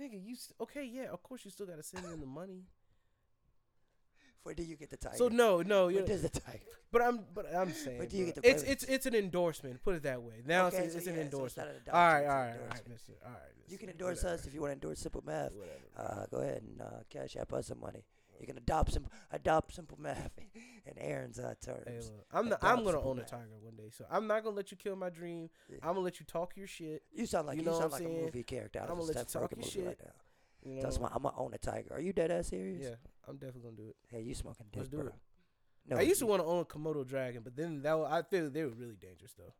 [SPEAKER 1] nigga you s okay yeah of course you still gotta send in the money
[SPEAKER 2] Where do you get the tiger?
[SPEAKER 1] so no no
[SPEAKER 2] Where
[SPEAKER 1] you
[SPEAKER 2] does the tiger?
[SPEAKER 1] but I'm but I'm saying
[SPEAKER 2] do you
[SPEAKER 1] bro,
[SPEAKER 2] get the
[SPEAKER 1] it's
[SPEAKER 2] privilege?
[SPEAKER 1] it's it's an endorsement put it that way now it's,
[SPEAKER 2] so
[SPEAKER 1] it's
[SPEAKER 2] yeah,
[SPEAKER 1] an
[SPEAKER 2] so it's not
[SPEAKER 1] endorsement
[SPEAKER 2] an
[SPEAKER 1] all right
[SPEAKER 2] adoption,
[SPEAKER 1] all right
[SPEAKER 2] it's an
[SPEAKER 1] all right
[SPEAKER 2] endorsement.
[SPEAKER 1] mister all right
[SPEAKER 2] You can
[SPEAKER 1] mister,
[SPEAKER 2] endorse
[SPEAKER 1] whatever.
[SPEAKER 2] us if you want to endorse Simple Math.
[SPEAKER 1] Whatever.
[SPEAKER 2] Uh, go ahead and uh, cash app us some money. You can adopt some adopt Simple Math in Aaron's uh, terms.
[SPEAKER 1] Hey, look, I'm
[SPEAKER 2] a
[SPEAKER 1] not, I'm
[SPEAKER 2] dog
[SPEAKER 1] gonna
[SPEAKER 2] super
[SPEAKER 1] own a
[SPEAKER 2] bad.
[SPEAKER 1] tiger one day, so I'm not gonna let you kill my dream.
[SPEAKER 2] Yeah.
[SPEAKER 1] I'm gonna let you talk your shit.
[SPEAKER 2] you sound like
[SPEAKER 1] you
[SPEAKER 2] you,
[SPEAKER 1] know what
[SPEAKER 2] sound
[SPEAKER 1] I'm
[SPEAKER 2] like
[SPEAKER 1] saying?
[SPEAKER 2] a movie character out
[SPEAKER 1] I'ma
[SPEAKER 2] of a
[SPEAKER 1] let you
[SPEAKER 2] Steph
[SPEAKER 1] talk
[SPEAKER 2] Curry
[SPEAKER 1] your
[SPEAKER 2] movie right now.
[SPEAKER 1] You know?
[SPEAKER 2] That's why I'm gonna own a tiger. Are you dead ass serious?
[SPEAKER 1] Yeah, I'm definitely gonna do it.
[SPEAKER 2] Hey, you smoking dick,
[SPEAKER 1] Let's do
[SPEAKER 2] bro?
[SPEAKER 1] it.
[SPEAKER 2] No,
[SPEAKER 1] I used to
[SPEAKER 2] you-
[SPEAKER 1] want to own a komodo dragon, but then that wa- I feel they were really dangerous though.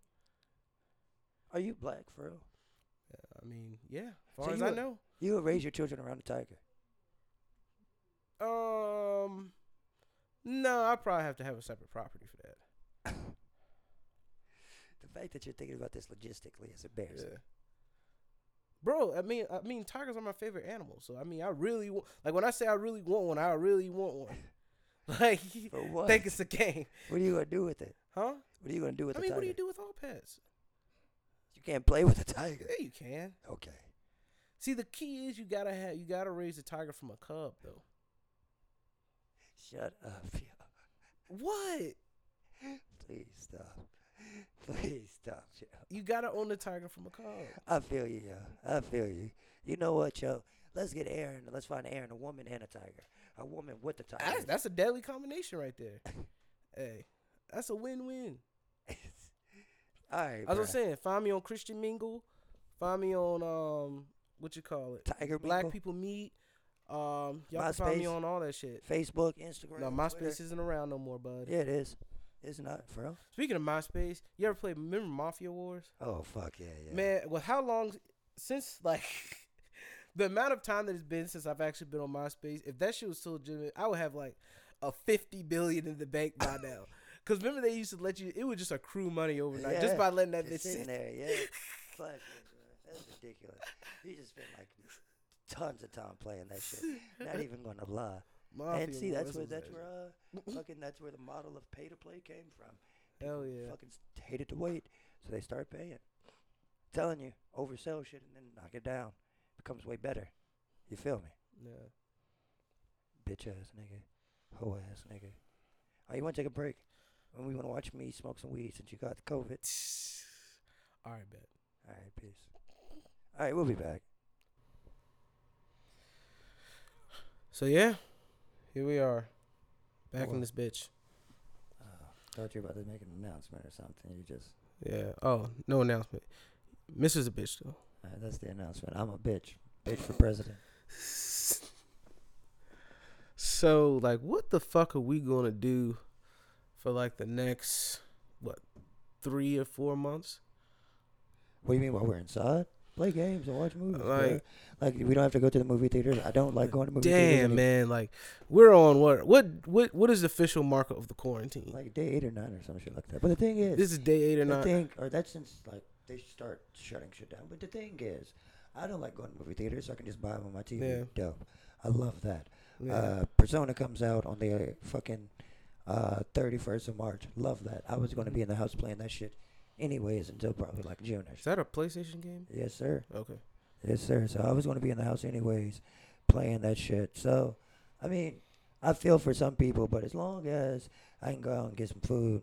[SPEAKER 2] Are you black, for real?
[SPEAKER 1] Yeah, I mean, yeah, far
[SPEAKER 2] So
[SPEAKER 1] as
[SPEAKER 2] you
[SPEAKER 1] I
[SPEAKER 2] would-
[SPEAKER 1] know.
[SPEAKER 2] You would raise your children around a tiger.
[SPEAKER 1] Um, no, I probably have to have a separate property for that.
[SPEAKER 2] The fact that you're thinking about this logistically is embarrassing.
[SPEAKER 1] Yeah. Bro, I mean, I mean, tigers are my favorite animal. So I mean, I really want. Like when I say I really want one, I really want one. Like,
[SPEAKER 2] For what?
[SPEAKER 1] think it's a game,
[SPEAKER 2] What are you gonna do with it?
[SPEAKER 1] huh?
[SPEAKER 2] What are you gonna do with
[SPEAKER 1] I
[SPEAKER 2] the
[SPEAKER 1] mean,
[SPEAKER 2] tiger?
[SPEAKER 1] what do you do with all pets?
[SPEAKER 2] can't play with a tiger.
[SPEAKER 1] Yeah, you can.
[SPEAKER 2] Okay.
[SPEAKER 1] See, the key is you gotta have you gotta raise the tiger from a cub though.
[SPEAKER 2] Shut up, yo.
[SPEAKER 1] What?
[SPEAKER 2] Please stop. Please stop, yo.
[SPEAKER 1] You gotta own the tiger from a cub.
[SPEAKER 2] I feel you, yo. I feel you. You know what, yo? Let's get Aaron. Let's find Aaron, a woman and a tiger. A woman with a tiger.
[SPEAKER 1] That's, that's a deadly combination right there. hey, that's a win-win.
[SPEAKER 2] All right.
[SPEAKER 1] As I'm
[SPEAKER 2] bruh.
[SPEAKER 1] saying, find me on Christian Mingle. Find me on um, what you call it?
[SPEAKER 2] Tiger
[SPEAKER 1] Black
[SPEAKER 2] Mingle?
[SPEAKER 1] people meet. Um, y'all can find me
[SPEAKER 2] MySpace?
[SPEAKER 1] on all that shit.
[SPEAKER 2] Facebook, Instagram.
[SPEAKER 1] No,
[SPEAKER 2] Twitter.
[SPEAKER 1] MySpace isn't around no more, bud.
[SPEAKER 2] Yeah, it is. It's not, bro.
[SPEAKER 1] Speaking of MySpace, you ever played? Remember Mafia Wars?
[SPEAKER 2] Oh fuck yeah, yeah.
[SPEAKER 1] Man, well, how long since like the amount of time that it's been since I've actually been on MySpace? If that shit was still legitimate, I would have like a fifty billion in the bank by now. Cause remember they used to let you. It would just accrue money overnight just
[SPEAKER 2] Yeah,
[SPEAKER 1] by letting that
[SPEAKER 2] Just
[SPEAKER 1] bitch
[SPEAKER 2] sitting
[SPEAKER 1] sit.
[SPEAKER 2] there, yeah. Fuck it, bro. That's ridiculous. You just spent like tons of time playing that shit. Not even gonna lie.
[SPEAKER 1] Mafia
[SPEAKER 2] and see,
[SPEAKER 1] Wars
[SPEAKER 2] that's where
[SPEAKER 1] was
[SPEAKER 2] that's
[SPEAKER 1] that
[SPEAKER 2] where uh, fucking that's where the model of pay to play came from.
[SPEAKER 1] shit. Hell
[SPEAKER 2] People
[SPEAKER 1] yeah.
[SPEAKER 2] Fucking s- hated to wait, so they start paying. Telling you, oversell shit and then knock it down. Becomes way better. You feel me?
[SPEAKER 1] Yeah.
[SPEAKER 2] bitch ass nigga, hoe ass nigga. Oh, you want to take a break? And we want to watch me smoke some weed since you got COVID.
[SPEAKER 1] All right, bet.
[SPEAKER 2] All right, peace. All right, we'll be back.
[SPEAKER 1] So yeah, here we are, back
[SPEAKER 2] Well.
[SPEAKER 1] in this bitch.
[SPEAKER 2] Oh, thought you were about to make an announcement or something. You just
[SPEAKER 1] Yeah. Oh, no announcement. Miss is a bitch though.
[SPEAKER 2] uh, that's the announcement. I'm a bitch, bitch for president.
[SPEAKER 1] So, like, what the fuck are we gonna do for like the next what three or four months?
[SPEAKER 2] What do you mean while we're inside? Play games and watch movies. Like,
[SPEAKER 1] Like-
[SPEAKER 2] like we don't have to go to the movie theaters. I don't like going to movie theaters.
[SPEAKER 1] Damn,
[SPEAKER 2] anymore.
[SPEAKER 1] man! Like, we're on what what what what is the official marker of the quarantine?
[SPEAKER 2] Like day eight or nine or some shit like that. But the thing is,
[SPEAKER 1] this is day eight or
[SPEAKER 2] the
[SPEAKER 1] nine.
[SPEAKER 2] thing, or that's since like they start shutting shit down. But the thing is, I don't like going to movie theaters, so I can just buy them on my TV.
[SPEAKER 1] Yeah.
[SPEAKER 2] Dope. I love that.
[SPEAKER 1] Yeah.
[SPEAKER 2] Uh, Persona comes out on the uh, fucking thirty first uh, first of March. Love that. I was going to be in the house playing that shit, anyways, until probably like June or
[SPEAKER 1] is
[SPEAKER 2] so.
[SPEAKER 1] that a PlayStation game?
[SPEAKER 2] Yes, sir.
[SPEAKER 1] Okay.
[SPEAKER 2] Yes, sir. So I was going to be in the house anyways, playing that shit. So, I mean, I feel for some people, but as long as I can go out and get some food,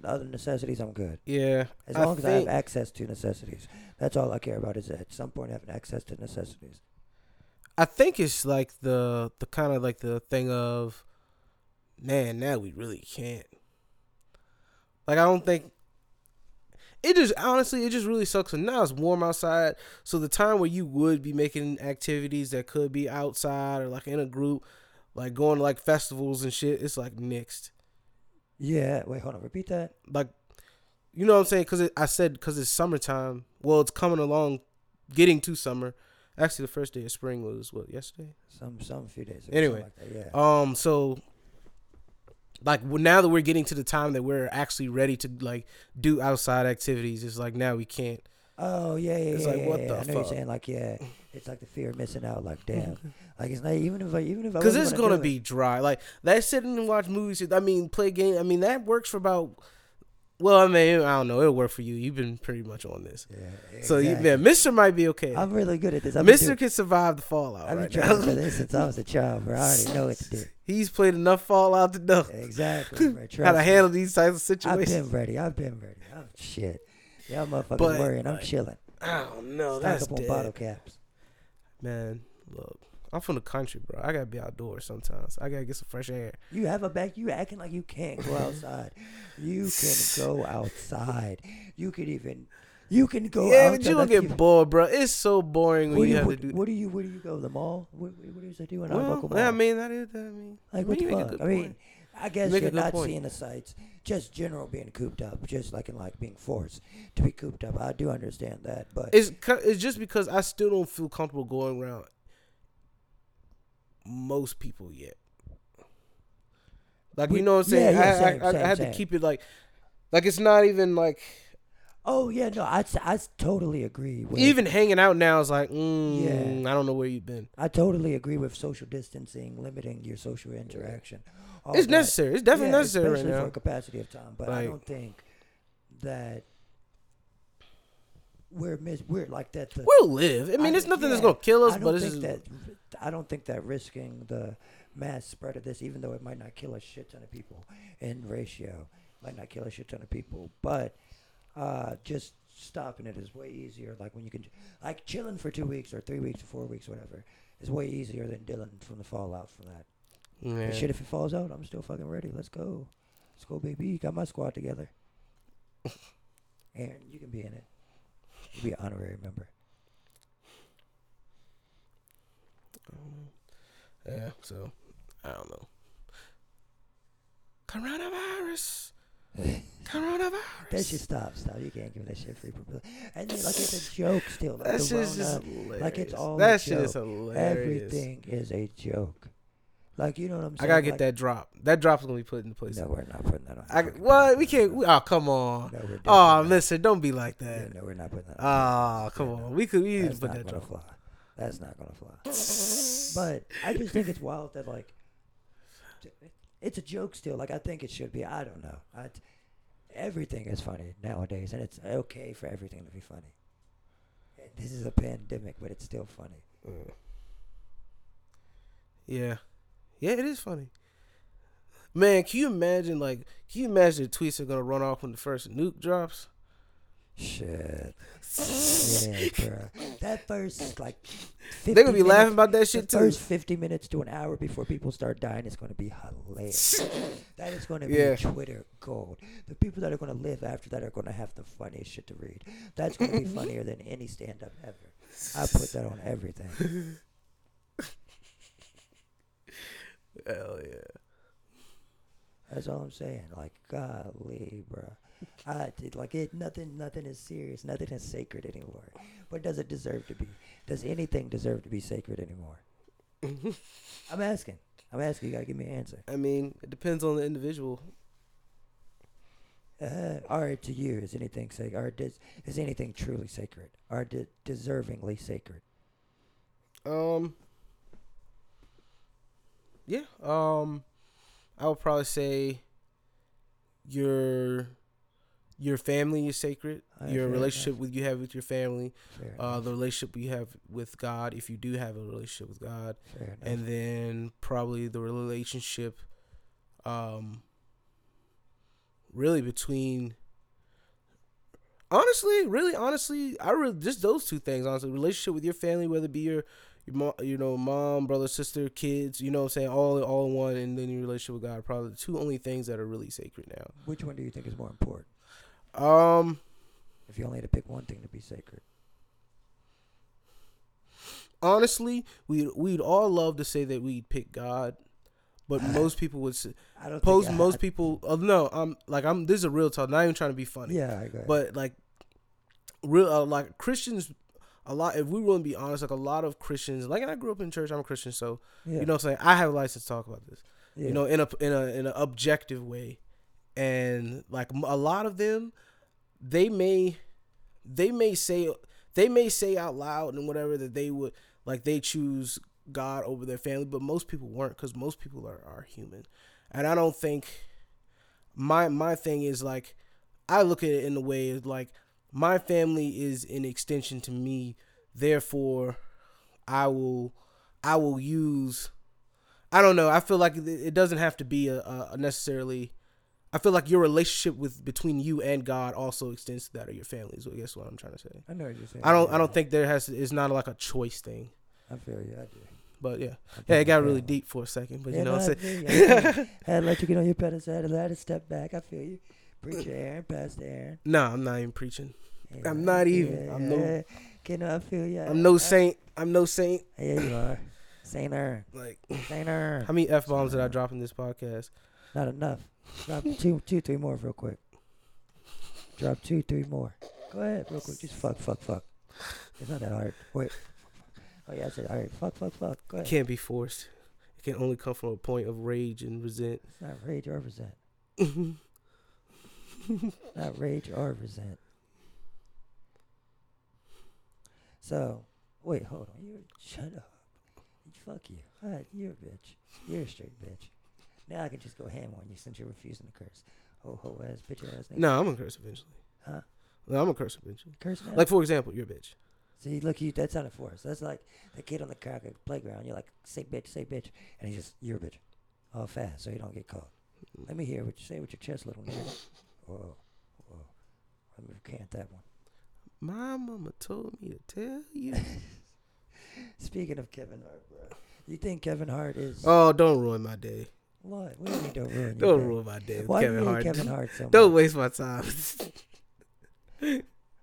[SPEAKER 2] the other necessities, I'm good.
[SPEAKER 1] Yeah.
[SPEAKER 2] As
[SPEAKER 1] I
[SPEAKER 2] long as I have
[SPEAKER 1] think-
[SPEAKER 2] access to necessities, that's all I care about. Is at some point having access to necessities.
[SPEAKER 1] I think it's like the the kind of like the thing of man, now we really can't. Like I don't think it just honestly it just really sucks and now it's warm outside. So the time where you would be making activities that could be outside or like in a group, like going to like festivals and shit, it's like next.
[SPEAKER 2] Yeah. Wait. Hold on. Repeat that.
[SPEAKER 1] Like you know what I'm saying? Cause it, I said cause it's summertime. Well, it's coming along, getting to summer. Actually, the first day of spring was what yesterday.
[SPEAKER 2] Some some few days. Ago,
[SPEAKER 1] Anyway,
[SPEAKER 2] something like that. yeah.
[SPEAKER 1] Um, so like w- now that we're getting to the time that we're actually ready to like do outside activities, it's like now we can't.
[SPEAKER 2] Oh yeah, yeah,
[SPEAKER 1] It's
[SPEAKER 2] yeah,
[SPEAKER 1] like,
[SPEAKER 2] yeah,
[SPEAKER 1] what
[SPEAKER 2] yeah.
[SPEAKER 1] the
[SPEAKER 2] I know you're
[SPEAKER 1] fuck?
[SPEAKER 2] saying like yeah, it's like the fear of missing out. Like damn, like it's not even if I even if I
[SPEAKER 1] Cause
[SPEAKER 2] was
[SPEAKER 1] it's
[SPEAKER 2] gonna
[SPEAKER 1] gonna
[SPEAKER 2] do it-
[SPEAKER 1] be dry. Like that sitting and watch movies. I mean, play game. I mean, that works for about. Well, I mean, I don't know. It'll work for you. You've been pretty much on this.
[SPEAKER 2] Yeah,
[SPEAKER 1] So you,
[SPEAKER 2] exactly.
[SPEAKER 1] yeah, Mister might be okay.
[SPEAKER 2] I'm really good at this. I've been
[SPEAKER 1] Mister
[SPEAKER 2] doing-
[SPEAKER 1] can survive the fallout.
[SPEAKER 2] I've been
[SPEAKER 1] right
[SPEAKER 2] trying for
[SPEAKER 1] now.
[SPEAKER 2] this since I was a child, bro. I already know what to do.
[SPEAKER 1] He's played enough fallout to know
[SPEAKER 2] Exactly, bro. Trust
[SPEAKER 1] how to
[SPEAKER 2] me.
[SPEAKER 1] handle these types of
[SPEAKER 2] I've
[SPEAKER 1] situations.
[SPEAKER 2] been ready. I've been ready. I'm shit. Y'all motherfuckers
[SPEAKER 1] But,
[SPEAKER 2] worrying. I'm chilling.
[SPEAKER 1] I don't know.
[SPEAKER 2] Stock
[SPEAKER 1] That's
[SPEAKER 2] up on
[SPEAKER 1] dead.
[SPEAKER 2] bottle caps.
[SPEAKER 1] Man, look, I'm from the country, bro. I gotta be outdoors sometimes. I gotta get some fresh air.
[SPEAKER 2] You have a back. You acting like you can't go outside. You can go outside. You can even. You can go
[SPEAKER 1] yeah,
[SPEAKER 2] outside.
[SPEAKER 1] but you gonna
[SPEAKER 2] That's
[SPEAKER 1] get
[SPEAKER 2] even-
[SPEAKER 1] bored, bro. It's so boring when
[SPEAKER 2] What do
[SPEAKER 1] you
[SPEAKER 2] you,
[SPEAKER 1] have
[SPEAKER 2] what,
[SPEAKER 1] to do.
[SPEAKER 2] what do you? What do you go to the mall? What, what what is they doing?
[SPEAKER 1] well,
[SPEAKER 2] Arbuckle
[SPEAKER 1] I
[SPEAKER 2] Mall?
[SPEAKER 1] mean, that is. I mean,
[SPEAKER 2] Like
[SPEAKER 1] I
[SPEAKER 2] what
[SPEAKER 1] mean,
[SPEAKER 2] the
[SPEAKER 1] you make a
[SPEAKER 2] fuck?
[SPEAKER 1] good
[SPEAKER 2] I mean,
[SPEAKER 1] point.
[SPEAKER 2] I guess
[SPEAKER 1] make a
[SPEAKER 2] you're
[SPEAKER 1] good
[SPEAKER 2] not
[SPEAKER 1] point.
[SPEAKER 2] seeing the sights. Just general being cooped up, just like in like being forced to be cooped up. I do understand that, but
[SPEAKER 1] it's cu- it's just because I still don't feel comfortable going around most people yet. Like
[SPEAKER 2] We-
[SPEAKER 1] you know what I'm saying?
[SPEAKER 2] yeah,
[SPEAKER 1] I,
[SPEAKER 2] yeah, same,
[SPEAKER 1] I, I, I
[SPEAKER 2] same,
[SPEAKER 1] had
[SPEAKER 2] same.
[SPEAKER 1] to keep it like, like it's not even like
[SPEAKER 2] oh yeah, no, I, s- I s- totally agree. With,
[SPEAKER 1] even hanging out now is like, mm,
[SPEAKER 2] Yeah.
[SPEAKER 1] I don't know where you've been.
[SPEAKER 2] I totally agree with social distancing, limiting your social interaction. all
[SPEAKER 1] It's
[SPEAKER 2] that.
[SPEAKER 1] necessary. It's definitely
[SPEAKER 2] Yeah,
[SPEAKER 1] necessary right
[SPEAKER 2] especially
[SPEAKER 1] now.
[SPEAKER 2] for a capacity of time. But I
[SPEAKER 1] Like-
[SPEAKER 2] don't think that we're mis- we're like that. The,
[SPEAKER 1] We'll live. I mean,
[SPEAKER 2] I
[SPEAKER 1] it's
[SPEAKER 2] don't-
[SPEAKER 1] nothing that's
[SPEAKER 2] yeah,
[SPEAKER 1] gonna kill us,
[SPEAKER 2] I
[SPEAKER 1] but
[SPEAKER 2] don't
[SPEAKER 1] it's
[SPEAKER 2] think
[SPEAKER 1] just
[SPEAKER 2] that I don't think that risking the mass spread of this, even though it might not kill a shit ton of people in ratio, might not kill a shit ton of people, but uh, just stopping it is way easier. Like when you can, like chilling for two weeks or three weeks or four weeks, whatever, is way easier than dealing from the fallout from that.
[SPEAKER 1] yeah.
[SPEAKER 2] And shit, if it falls out, I'm still fucking ready. Let's go, let's go, baby. Got my squad together. Aaron, you can be in it. You be an honorary member.
[SPEAKER 1] Yeah, so I don't know. Coronavirus. Coronavirus.
[SPEAKER 2] That shit stop, stop. You can't give me that shit free publicity. And then, like it's a joke still. Like
[SPEAKER 1] That
[SPEAKER 2] the
[SPEAKER 1] shit's
[SPEAKER 2] Rona,
[SPEAKER 1] just hilarious.
[SPEAKER 2] like it's all
[SPEAKER 1] that
[SPEAKER 2] a
[SPEAKER 1] shit is
[SPEAKER 2] joke.
[SPEAKER 1] hilarious.
[SPEAKER 2] Everything is a joke. Like you know what I'm
[SPEAKER 1] I
[SPEAKER 2] saying?
[SPEAKER 1] gotta get
[SPEAKER 2] Like,
[SPEAKER 1] that drop. That drop's gonna be put into place.
[SPEAKER 2] No, we're not putting that on. the
[SPEAKER 1] I,
[SPEAKER 2] fucking
[SPEAKER 1] what? We
[SPEAKER 2] podcast.
[SPEAKER 1] can't. We, oh, come on. Oh,
[SPEAKER 2] No, we're definitely not.
[SPEAKER 1] mister, don't be like
[SPEAKER 2] Yeah,
[SPEAKER 1] that.
[SPEAKER 2] no, we're not putting that.
[SPEAKER 1] Oh, come on. We could. We need to
[SPEAKER 2] That's
[SPEAKER 1] put
[SPEAKER 2] not
[SPEAKER 1] that
[SPEAKER 2] gonna
[SPEAKER 1] drop.
[SPEAKER 2] fly. That's not gonna fly. but I just think it's wild that like, it's a joke still. Like I think it should be. I don't know. I t everything is funny nowadays, and it's okay for everything to be funny. And This is a pandemic, but it's still funny.
[SPEAKER 1] Yeah, yeah, it is funny. Man, can you imagine? Like, can you imagine the tweets are gonna run off when the first nuke drops?
[SPEAKER 2] Shit. yeah, bro. That first like. 50
[SPEAKER 1] They're gonna be
[SPEAKER 2] minutes-
[SPEAKER 1] laughing about that
[SPEAKER 2] The
[SPEAKER 1] shit too.
[SPEAKER 2] first 50 minutes to an hour before people start dying is going to be hilarious. that is going to be
[SPEAKER 1] Yeah.
[SPEAKER 2] Twitter gold. The people that are going to live after that are going to have the funniest shit to read. That's going to be funnier than any stand up ever. I put that on everything.
[SPEAKER 1] Hell yeah.
[SPEAKER 2] That's all I'm saying. Like, golly, bro. I did like it. Nothing, nothing is serious. Nothing is sacred anymore. But does it deserve to be? Does anything deserve to be sacred anymore? I'm asking. I'm asking. You gotta give me an answer.
[SPEAKER 1] I mean, it depends on the individual.
[SPEAKER 2] Uh, or to you, is anything sacred? Or does, is anything truly sacred? Or de- deservingly sacred?
[SPEAKER 1] Um. Yeah. Um, I would probably say your your family is sacred.
[SPEAKER 2] Uh, fair
[SPEAKER 1] your
[SPEAKER 2] enough.
[SPEAKER 1] relationship with you have with your family,
[SPEAKER 2] Fair
[SPEAKER 1] uh,
[SPEAKER 2] enough.
[SPEAKER 1] the relationship you have with God, if you do have a relationship with God,
[SPEAKER 2] Fair enough.
[SPEAKER 1] and then probably the relationship, um, really between. Honestly, really, honestly, I really just those two things. Honestly, relationship with your family, whether it be your your mom, you know, mom, brother, sister, kids, you know, what I'm saying all all in one, and then your relationship with God. Probably the two only things that are really sacred
[SPEAKER 2] Which one do you think is more important?
[SPEAKER 1] now. Um,
[SPEAKER 2] If you only had to pick one thing to be sacred,
[SPEAKER 1] honestly, we we'd all love to say that we'd pick God, but most people would s-
[SPEAKER 2] I don't.
[SPEAKER 1] Pose
[SPEAKER 2] think I-
[SPEAKER 1] most people. Uh, no, I'm like I'm. This is a real talk. Not even trying to be funny.
[SPEAKER 2] Yeah, I got
[SPEAKER 1] But like, real uh, like Christians, a lot. If we want to be honest, like a lot of Christians. Like, and I grew up in church. I'm a Christian, so
[SPEAKER 2] yeah,
[SPEAKER 1] you know, what I'm saying I have a license to talk about this.
[SPEAKER 2] yeah.
[SPEAKER 1] You know, in a in a in an objective way, and like m- a lot of them, they may, they may say they may say out loud and whatever that they would like they choose God over their family, but most people weren't because most people are, are human. And I don't think my my thing is like I look at it in the way of like my family is an extension to me, therefore I will I will use I don't know, I feel like it- it doesn't have to be a, a a necessarily I feel like your relationship with between you and God also extends to that of your family. Is I guess what I'm trying to say.
[SPEAKER 2] I know what you're saying.
[SPEAKER 1] I don't.
[SPEAKER 2] yeah.
[SPEAKER 1] I don't think there has. It's not like a choice thing.
[SPEAKER 2] I feel you. I do.
[SPEAKER 1] But yeah,
[SPEAKER 2] I
[SPEAKER 1] yeah, it
[SPEAKER 2] think I
[SPEAKER 1] got
[SPEAKER 2] feel
[SPEAKER 1] really
[SPEAKER 2] you.
[SPEAKER 1] deep for a second. But
[SPEAKER 2] Yeah,
[SPEAKER 1] you know what
[SPEAKER 2] no,
[SPEAKER 1] I'm
[SPEAKER 2] I
[SPEAKER 1] saying.
[SPEAKER 2] feel you, I feel you. Had to let you get on your pedestal. Had to let it step back. I feel you. Preacher Aaron, Pastor Aaron.
[SPEAKER 1] No, I'm not even preaching.
[SPEAKER 2] Yeah,
[SPEAKER 1] I'm not even. I'm no-
[SPEAKER 2] Okay, no, I feel you.
[SPEAKER 1] I'm no
[SPEAKER 2] I-
[SPEAKER 1] saint. I'm no saint.
[SPEAKER 2] Yeah, you are. Saint Aaron.
[SPEAKER 1] Like,
[SPEAKER 2] Saint Aaron.
[SPEAKER 1] how many f bombs did I drop in this podcast?
[SPEAKER 2] Not enough. Drop two, two, three more real quick. Drop two, three more. Go ahead, real quick. Just fuck, fuck, fuck. It's not that hard. Wait. Oh yeah, I said all right. Fuck, fuck, fuck. Go
[SPEAKER 1] It
[SPEAKER 2] ahead.
[SPEAKER 1] can't be forced. It can only come from a point of rage and resent.
[SPEAKER 2] It's not rage or resent. not rage or resent. So, wait, hold on. You shut up. Fuck you. All right, you're a bitch. You're a straight bitch. Now I can just go ham on you since you're refusing to curse. Ho ho ass bitch ass nigga.
[SPEAKER 1] No, I'm gonna curse eventually.
[SPEAKER 2] Huh?
[SPEAKER 1] No, I'm gonna curse a bitch.
[SPEAKER 2] Curse now.
[SPEAKER 1] Like for example, you're a bitch.
[SPEAKER 2] See, look, you that sounded forced. That's like the kid on the crack playground. You're like, say bitch, say bitch, and he just, you're a bitch, all fast, so you don't get caught. Let me hear what you say with your chest, little nigga. Whoa, whoa. Let me recant that one.
[SPEAKER 1] My mama told me to tell you.
[SPEAKER 2] Speaking of Kevin Hart, bro, you think Kevin Hart is
[SPEAKER 1] oh, don't ruin my day.
[SPEAKER 2] what? We don't need to ruin your
[SPEAKER 1] Don't
[SPEAKER 2] day.
[SPEAKER 1] ruin my day, with
[SPEAKER 2] Why do
[SPEAKER 1] Kevin
[SPEAKER 2] you hate
[SPEAKER 1] Hart.
[SPEAKER 2] Kevin Hart so much?
[SPEAKER 1] Don't waste my time.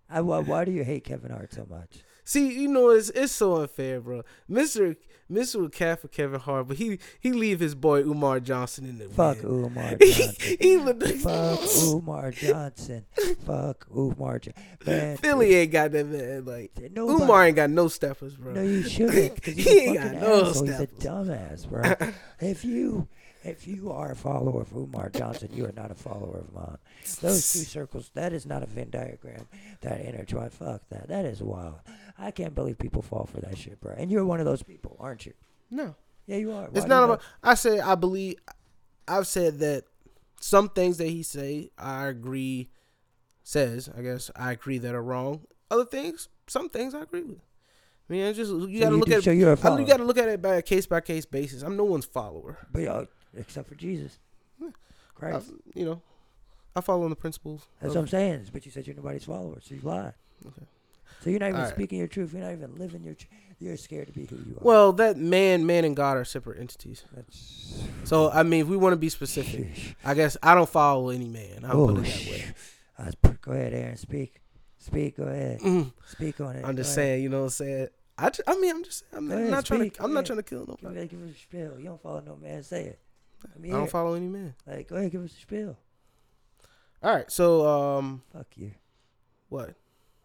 [SPEAKER 2] I, why, why do you hate Kevin Hart so much?
[SPEAKER 1] See, you know it's it's so unfair, bro. Mister Mister would care for Kevin Hart, but he he leave his boy Umar Johnson in the
[SPEAKER 2] Fuck
[SPEAKER 1] wind.
[SPEAKER 2] Umar Johnson.
[SPEAKER 1] he, he would-
[SPEAKER 2] Fuck Umar Johnson. Fuck Umar Johnson. Man,
[SPEAKER 1] Philly ain't got that man. Like
[SPEAKER 2] nobody-
[SPEAKER 1] Umar ain't got no steppers, bro.
[SPEAKER 2] No, you shouldn't. 'cause he's
[SPEAKER 1] He
[SPEAKER 2] a
[SPEAKER 1] ain't
[SPEAKER 2] fucking
[SPEAKER 1] got no
[SPEAKER 2] asshole. He's a
[SPEAKER 1] steppers.
[SPEAKER 2] dumbass, bro. if you if you are a follower of Umar Johnson, you are not a follower of mine. Those two circles, that is not a Venn diagram. That intertwine. Fuck that. That is wild. I can't believe people fall for that shit, bro. And you're one of those people, aren't you?
[SPEAKER 1] no,
[SPEAKER 2] Yeah, you are. Why
[SPEAKER 1] it's
[SPEAKER 2] do
[SPEAKER 1] not
[SPEAKER 2] you
[SPEAKER 1] about.
[SPEAKER 2] know-
[SPEAKER 1] I say I believe. I've said that some things that he say I agree. Says I guess I agree that are wrong. Other things, some things I agree with. I mean, it's just you
[SPEAKER 2] So
[SPEAKER 1] gotta
[SPEAKER 2] you
[SPEAKER 1] look
[SPEAKER 2] do
[SPEAKER 1] at.
[SPEAKER 2] show you're a
[SPEAKER 1] I-
[SPEAKER 2] follower.
[SPEAKER 1] you gotta look at it by a case by case basis. I'm no one's follower.
[SPEAKER 2] But y'all, except for Jesus,
[SPEAKER 1] I-
[SPEAKER 2] Christ.
[SPEAKER 1] you know, I follow the principles.
[SPEAKER 2] That's what I'm saying. But you said you're nobody's follower, so you lied.
[SPEAKER 1] Okay.
[SPEAKER 2] So you're not even
[SPEAKER 1] Alright.
[SPEAKER 2] speaking your truth. You're not even living your. Tr- you're scared to be who you are.
[SPEAKER 1] Well, that man, man, and God are separate entities.
[SPEAKER 2] That's
[SPEAKER 1] So I mean, if we want to be specific,
[SPEAKER 2] Sheesh.
[SPEAKER 1] I guess I don't follow any man. I'll put
[SPEAKER 2] Oh,
[SPEAKER 1] it that way.
[SPEAKER 2] I was pr- go ahead, Aaron. Speak. Speak. Go ahead.
[SPEAKER 1] Mm.
[SPEAKER 2] Speak on it.
[SPEAKER 1] I'm just
[SPEAKER 2] go ahead.
[SPEAKER 1] saying, you know what I'm saying. I, ju- I mean, I'm just I'm
[SPEAKER 2] Go ahead,
[SPEAKER 1] not trying
[SPEAKER 2] speak,
[SPEAKER 1] to I'm not
[SPEAKER 2] go
[SPEAKER 1] trying to kill
[SPEAKER 2] Give,
[SPEAKER 1] nobody.
[SPEAKER 2] it- give us a spiel. You don't follow no man. Say it. I
[SPEAKER 1] I
[SPEAKER 2] mean,
[SPEAKER 1] don't follow any man.
[SPEAKER 2] like, go ahead, give us a spiel.
[SPEAKER 1] All right, so um,
[SPEAKER 2] Fuck you.
[SPEAKER 1] what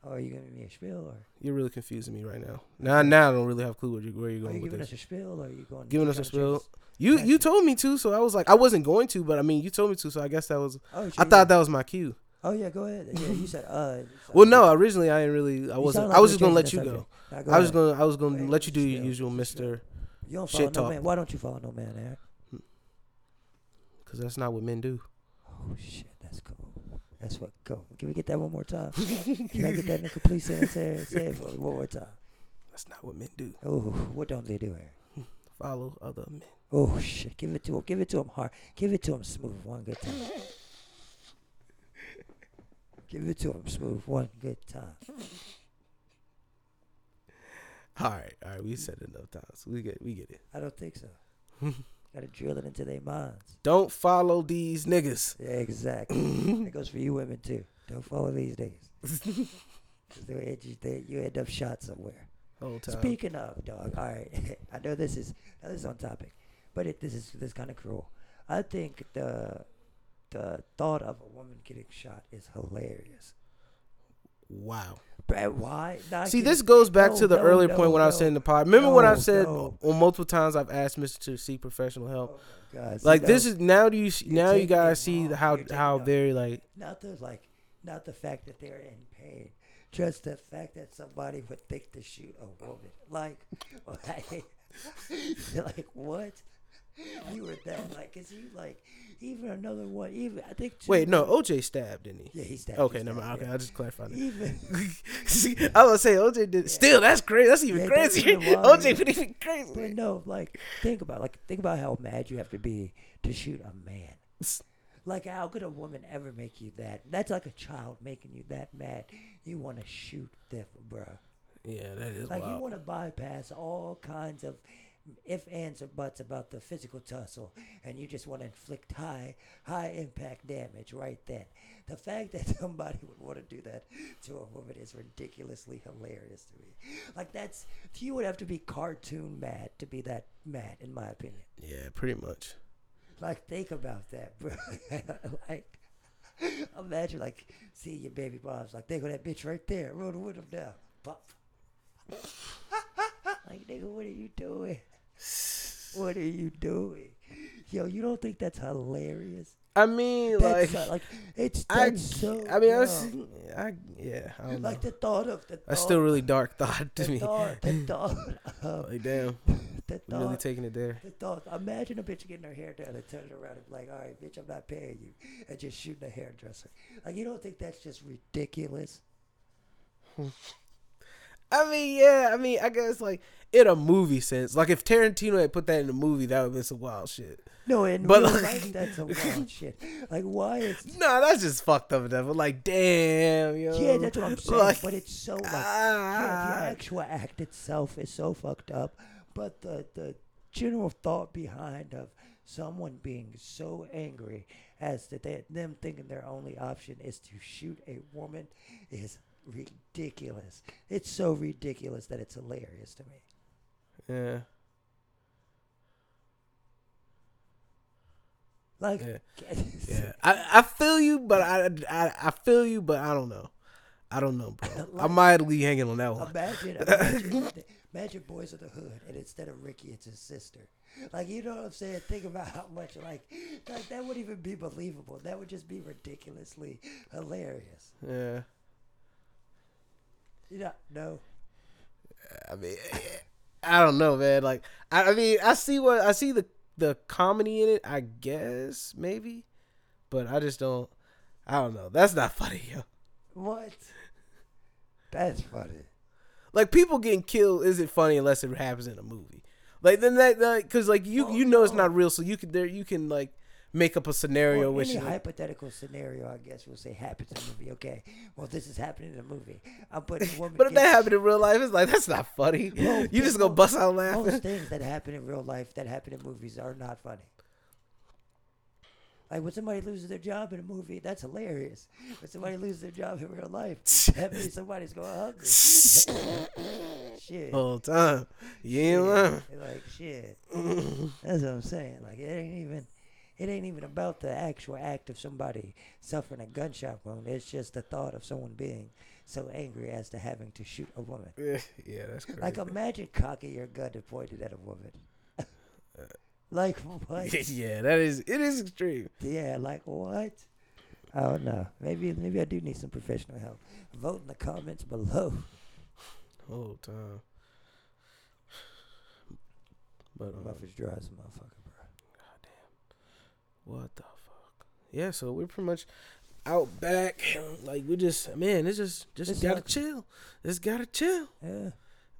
[SPEAKER 2] Oh, are you giving me a spiel or
[SPEAKER 1] you're really confusing me right now. Now now I don't really have a clue where you where you're
[SPEAKER 2] are
[SPEAKER 1] going
[SPEAKER 2] you
[SPEAKER 1] with
[SPEAKER 2] giving
[SPEAKER 1] this.
[SPEAKER 2] us a spiel or are you going?
[SPEAKER 1] Giving
[SPEAKER 2] you
[SPEAKER 1] us a
[SPEAKER 2] trying
[SPEAKER 1] spiel?
[SPEAKER 2] to change-
[SPEAKER 1] You
[SPEAKER 2] Yeah.
[SPEAKER 1] you told me to, so I was like I wasn't going to, but I mean you told me to, so I guess that was
[SPEAKER 2] Oh,
[SPEAKER 1] I thought that was my cue.
[SPEAKER 2] Oh yeah, go ahead. Yeah, you said uh. you sound
[SPEAKER 1] Well,
[SPEAKER 2] like
[SPEAKER 1] no,
[SPEAKER 2] you-
[SPEAKER 1] originally I didn't really I
[SPEAKER 2] you
[SPEAKER 1] wasn't
[SPEAKER 2] sound
[SPEAKER 1] I
[SPEAKER 2] like
[SPEAKER 1] was
[SPEAKER 2] you're
[SPEAKER 1] just gonna let
[SPEAKER 2] changing
[SPEAKER 1] you
[SPEAKER 2] the
[SPEAKER 1] go.
[SPEAKER 2] subject. Now, go
[SPEAKER 1] I was
[SPEAKER 2] ahead.
[SPEAKER 1] gonna I was gonna
[SPEAKER 2] ahead,
[SPEAKER 1] let you do
[SPEAKER 2] give us a
[SPEAKER 1] your
[SPEAKER 2] spiel,
[SPEAKER 1] usual
[SPEAKER 2] give us a spiel.
[SPEAKER 1] Mister,
[SPEAKER 2] You don't follow
[SPEAKER 1] shit
[SPEAKER 2] no
[SPEAKER 1] talk.
[SPEAKER 2] man. Why don't you follow no man, Aaron?
[SPEAKER 1] because that's not what men do.
[SPEAKER 2] Oh shit, that's cool. That's what cool. Can we get that one more time? Can I get that nigga please say it, say it, say it for one more time?
[SPEAKER 1] That's not what men do.
[SPEAKER 2] Oh, what don't they do here?
[SPEAKER 1] Follow other men.
[SPEAKER 2] Oh shit, give it to him. Give it to him hard. Give it to him smooth. One good time. give it to him smooth. One good time.
[SPEAKER 1] All right, all right, we said it enough times. We get we get it.
[SPEAKER 2] I don't think so. Gotta drill it into their minds.
[SPEAKER 1] Don't follow these niggas.
[SPEAKER 2] Yeah, exactly. that goes for you women too. Don't follow these days. 'Cause they'll end you, they, you end up shot somewhere.
[SPEAKER 1] Whole time.
[SPEAKER 2] Speaking of dog, all right. I know this is now this is on topic, but it, this is this kind of cruel. I think the the thought of a woman getting shot is hilarious.
[SPEAKER 1] Wow.
[SPEAKER 2] But why? Not
[SPEAKER 1] See,
[SPEAKER 2] getting-
[SPEAKER 1] this goes back
[SPEAKER 2] No,
[SPEAKER 1] to the
[SPEAKER 2] no,
[SPEAKER 1] earlier
[SPEAKER 2] no,
[SPEAKER 1] point when I was
[SPEAKER 2] no.
[SPEAKER 1] saying the pod. Remember when
[SPEAKER 2] No,
[SPEAKER 1] I've said
[SPEAKER 2] no.
[SPEAKER 1] on multiple times I've asked Mister to seek professional help.
[SPEAKER 2] oh God, see,
[SPEAKER 1] Like
[SPEAKER 2] no,
[SPEAKER 1] this is now do you see-
[SPEAKER 2] You're
[SPEAKER 1] now you
[SPEAKER 2] taking it
[SPEAKER 1] guys see
[SPEAKER 2] wrong.
[SPEAKER 1] the how
[SPEAKER 2] You're taking
[SPEAKER 1] how
[SPEAKER 2] it-
[SPEAKER 1] very like
[SPEAKER 2] not the like not the fact that they're in pain, just the fact that somebody would think to shoot a woman. Like, like, you're like what? You were that like? Cause he like even another one? Even I think. Two
[SPEAKER 1] wait no
[SPEAKER 2] women-
[SPEAKER 1] OJ stabbed didn't he?
[SPEAKER 2] Yeah, he's that.
[SPEAKER 1] Okay,
[SPEAKER 2] he's
[SPEAKER 1] never mind.
[SPEAKER 2] that,
[SPEAKER 1] Okay, I just clarified
[SPEAKER 2] yeah.
[SPEAKER 1] that.
[SPEAKER 2] Even
[SPEAKER 1] See, I was gonna say OJ did. Still, that's crazy. That's even
[SPEAKER 2] Yeah, that's
[SPEAKER 1] crazier.
[SPEAKER 2] even wild.
[SPEAKER 1] OJ would even
[SPEAKER 2] But
[SPEAKER 1] crazy.
[SPEAKER 2] no, like think about like think about how mad you have to be to shoot a man. Like how could a woman ever make you that? That's like a child making you that mad. You want to shoot them, bruh.
[SPEAKER 1] Yeah, that is
[SPEAKER 2] Like you
[SPEAKER 1] wild.
[SPEAKER 2] want to bypass all kinds of if ands or buts about the physical tussle, and you just want to inflict high high impact damage right then. The fact that somebody would want to do that to a woman is ridiculously hilarious to me. Like that's you would have to be cartoon mad to be that mad, in my opinion.
[SPEAKER 1] yeah, pretty much.
[SPEAKER 2] Like, think about that, bro. like, imagine, like, seeing your baby mom's like, there go that bitch right there. Roll the window down. Pop. like, nigga, what are you doing? What are you doing? Yo, you don't think that's hilarious?
[SPEAKER 1] I mean,
[SPEAKER 2] That's
[SPEAKER 1] like,
[SPEAKER 2] like, like it's
[SPEAKER 1] I,
[SPEAKER 2] that's so.
[SPEAKER 1] I mean, I, was,
[SPEAKER 2] dumb.
[SPEAKER 1] I, yeah, I don't know.
[SPEAKER 2] like the thought of the.
[SPEAKER 1] That's
[SPEAKER 2] thought-
[SPEAKER 1] still really Oh. dark thought to
[SPEAKER 2] the
[SPEAKER 1] me.
[SPEAKER 2] thought, the thought of
[SPEAKER 1] Like, damn.
[SPEAKER 2] But that
[SPEAKER 1] We're really
[SPEAKER 2] thought,
[SPEAKER 1] taking it there.
[SPEAKER 2] the thought. Imagine a bitch getting her hair done and turning around and be like, "All right, bitch, I'm not paying you," and just shooting a hairdresser. Like you don't think that's just ridiculous?
[SPEAKER 1] I mean, yeah. I mean, I guess like in a movie sense, like if Tarantino had put that in a movie, that would have been some wild shit.
[SPEAKER 2] No, in
[SPEAKER 1] But,
[SPEAKER 2] real
[SPEAKER 1] like-
[SPEAKER 2] life, that's a wild shit. Like why is?
[SPEAKER 1] No, that's just fucked up, devil. Like, damn, yo.
[SPEAKER 2] Yeah, that's what I'm saying.
[SPEAKER 1] Like,
[SPEAKER 2] but it's so like yeah, the
[SPEAKER 1] ah.
[SPEAKER 2] actual act itself is so fucked up, but the the general thought behind of someone being so angry as that they, them thinking their only option is to shoot a woman is ridiculous. It's so ridiculous that it's hilarious to me.
[SPEAKER 1] yeah.
[SPEAKER 2] Like,
[SPEAKER 1] Yeah. Yeah, I, I feel you, but I, I I feel you, but I don't know. I don't know, bro. I
[SPEAKER 2] Like-
[SPEAKER 1] might leave hanging on
[SPEAKER 2] Uh,
[SPEAKER 1] that one.
[SPEAKER 2] Oh, Imagine, imagine, imagine Boys of the Hood, and instead of Ricky, it's his sister. Like, you know what I'm saying? Think about how much, like, like that would even be believable. That would just be ridiculously hilarious.
[SPEAKER 1] Yeah,
[SPEAKER 2] You know, no.
[SPEAKER 1] I mean, I don't know, man. Like, I, I mean, I see what I see the the comedy in it. I guess maybe, but I just don't. I don't know. That's not funny, yo.
[SPEAKER 2] What? That's funny.
[SPEAKER 1] Like people getting killed isn't funny unless it happens in a movie. Like then that like because like you
[SPEAKER 2] Well,
[SPEAKER 1] you know it's
[SPEAKER 2] no.
[SPEAKER 1] not real, so you can there you can like make up a scenario
[SPEAKER 2] Well,
[SPEAKER 1] which
[SPEAKER 2] any
[SPEAKER 1] is like,
[SPEAKER 2] hypothetical scenario, I guess we'll say happens in a movie. Okay, well, this is happening in a movie. I'm putting a woman.
[SPEAKER 1] but if that
[SPEAKER 2] gets-
[SPEAKER 1] happened in real life, it's like that's not funny.
[SPEAKER 2] Well,
[SPEAKER 1] you just gonna
[SPEAKER 2] well,
[SPEAKER 1] bust out
[SPEAKER 2] Most
[SPEAKER 1] laughing.
[SPEAKER 2] things that happen in real life that happen in movies are not funny. Like when somebody loses their job in a movie, that's hilarious. When somebody loses their job in real life, that means somebody's going hungry. shit.
[SPEAKER 1] Whole time, you ain't lying.
[SPEAKER 2] shit. Like shit. That's what I'm saying. Like it ain't even it ain't even about the actual act of somebody suffering a gunshot wound. It's just the thought of someone being so angry as to having to shoot a woman.
[SPEAKER 1] Yeah, yeah, that's crazy.
[SPEAKER 2] Like imagine cocking your gun and pointing at a woman. like what?
[SPEAKER 1] yeah, that is it is extreme.
[SPEAKER 2] yeah, like what? I don't know. Maybe maybe I do need some professional help. Vote in the comments below.
[SPEAKER 1] Whole time. But um,
[SPEAKER 2] Muffins dry as a motherfucker,
[SPEAKER 1] What the fuck? Yeah, so we're pretty much out back. Like we just man, it's just just
[SPEAKER 2] It's
[SPEAKER 1] gotta
[SPEAKER 2] not-
[SPEAKER 1] chill. Just gotta chill.
[SPEAKER 2] bro. Yeah.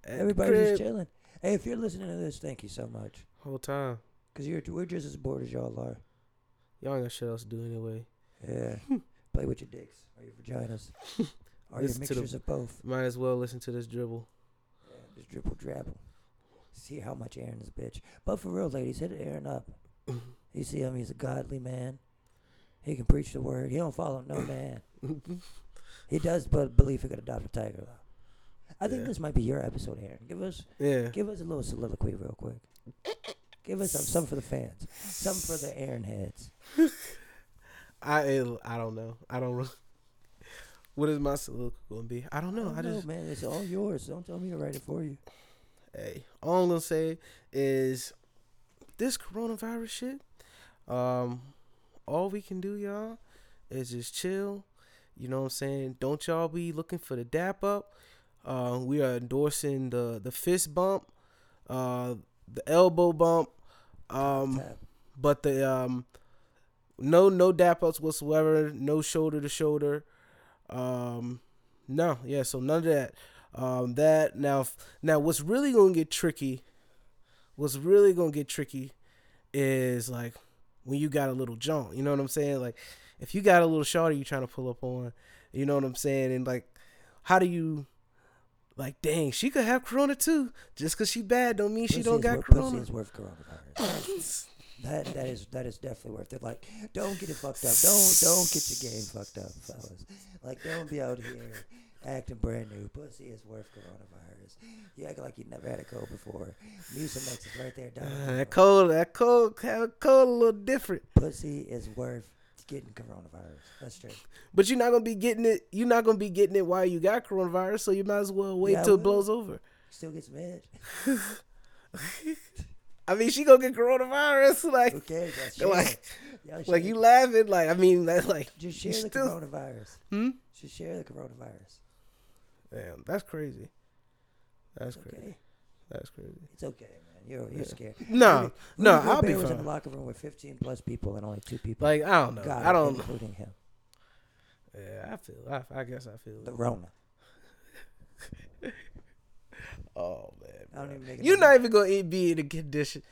[SPEAKER 1] At the
[SPEAKER 2] Everybody's just
[SPEAKER 1] crib
[SPEAKER 2] chilling. Hey, if you're listening to this, thank you so much.
[SPEAKER 1] whole time.
[SPEAKER 2] Cause you're we're just as bored as y'all are.
[SPEAKER 1] Y'all ain't got shit else to do anyway.
[SPEAKER 2] Yeah. Play with your dicks or your vaginas or your
[SPEAKER 1] Listen to the-
[SPEAKER 2] mixtures of both.
[SPEAKER 1] Might as well listen to this dribble.
[SPEAKER 2] Yeah, just dribble drabble. See how much Aaron is a bitch. But for real, ladies, hit Aaron up. You see him, he's a godly man. He can preach the word. He don't follow no man. He does but believe he could adopt a tiger though. I think
[SPEAKER 1] Yeah.
[SPEAKER 2] this might be your episode, Aaron. Give us
[SPEAKER 1] Yeah.
[SPEAKER 2] give us a little soliloquy real quick. Give us some, some for the fans. Some for the Aaron heads.
[SPEAKER 1] I it- I don't know. I don't really What is my soliloquy gonna be? I don't know. I,
[SPEAKER 2] I
[SPEAKER 1] just
[SPEAKER 2] know, man. It's all yours. Don't tell me to write it for you.
[SPEAKER 1] hey, all I'm gonna say is this coronavirus shit. Um, all we can do, y'all, is just chill. You know what I'm saying? Don't y'all be looking for the dap up. Uh, we are endorsing the the fist bump, uh, the elbow bump. Um,
[SPEAKER 2] Tap.
[SPEAKER 1] but the um no no dap ups whatsoever no shoulder to shoulder um no yeah so none of that um that now if- now what's really gonna get tricky what's really gonna get tricky is like when you got a little jaunt you know what i'm saying like if you got a little shorty you trying to pull up on you know what i'm saying and like how do you like dang she could have corona too just because she bad don't mean she
[SPEAKER 2] Pussy
[SPEAKER 1] don't
[SPEAKER 2] is
[SPEAKER 1] got
[SPEAKER 2] worth, Pussy
[SPEAKER 1] corona
[SPEAKER 2] is worth coronavirus. that that is that is definitely worth it. Like, don't get it fucked up. Don't don't get your game fucked up, fellas. Like, don't be out here acting brand new. Pussy is worth coronavirus. You act like you never had a cold before. Mucinex is right there, dog.
[SPEAKER 1] Uh, that cold, that cold, that cold, a little different.
[SPEAKER 2] Pussy is worth getting coronavirus. That's true.
[SPEAKER 1] But you're not gonna be getting it. You're not gonna be getting it while you got coronavirus. So you might as well wait
[SPEAKER 2] Yeah, I
[SPEAKER 1] till it
[SPEAKER 2] will.
[SPEAKER 1] blows over.
[SPEAKER 2] Still gets mad.
[SPEAKER 1] I mean, she gonna get coronavirus. Like,
[SPEAKER 2] Okay, that's
[SPEAKER 1] like,
[SPEAKER 2] Y'all share
[SPEAKER 1] like you laughing. Like, I mean, that, like,
[SPEAKER 2] Just
[SPEAKER 1] you
[SPEAKER 2] share the
[SPEAKER 1] still-
[SPEAKER 2] coronavirus.
[SPEAKER 1] hmm?
[SPEAKER 2] Just share the coronavirus.
[SPEAKER 1] Damn, that's crazy. That's crazy.
[SPEAKER 2] Okay.
[SPEAKER 1] That's crazy.
[SPEAKER 2] It's okay, man. You're you're scared.
[SPEAKER 1] No, no,
[SPEAKER 2] Rudy
[SPEAKER 1] I'll be
[SPEAKER 2] Gobert was in the
[SPEAKER 1] fine.
[SPEAKER 2] locker room with 15 plus people and only two people.
[SPEAKER 1] Like I don't know.
[SPEAKER 2] got
[SPEAKER 1] I
[SPEAKER 2] it,
[SPEAKER 1] don't.
[SPEAKER 2] including him.
[SPEAKER 1] Yeah, I feel. I, I guess I feel.
[SPEAKER 2] The Rona.
[SPEAKER 1] Oh man,
[SPEAKER 2] I don't
[SPEAKER 1] bro.
[SPEAKER 2] even make it
[SPEAKER 1] you're
[SPEAKER 2] up.
[SPEAKER 1] not even gonna e- be in a condition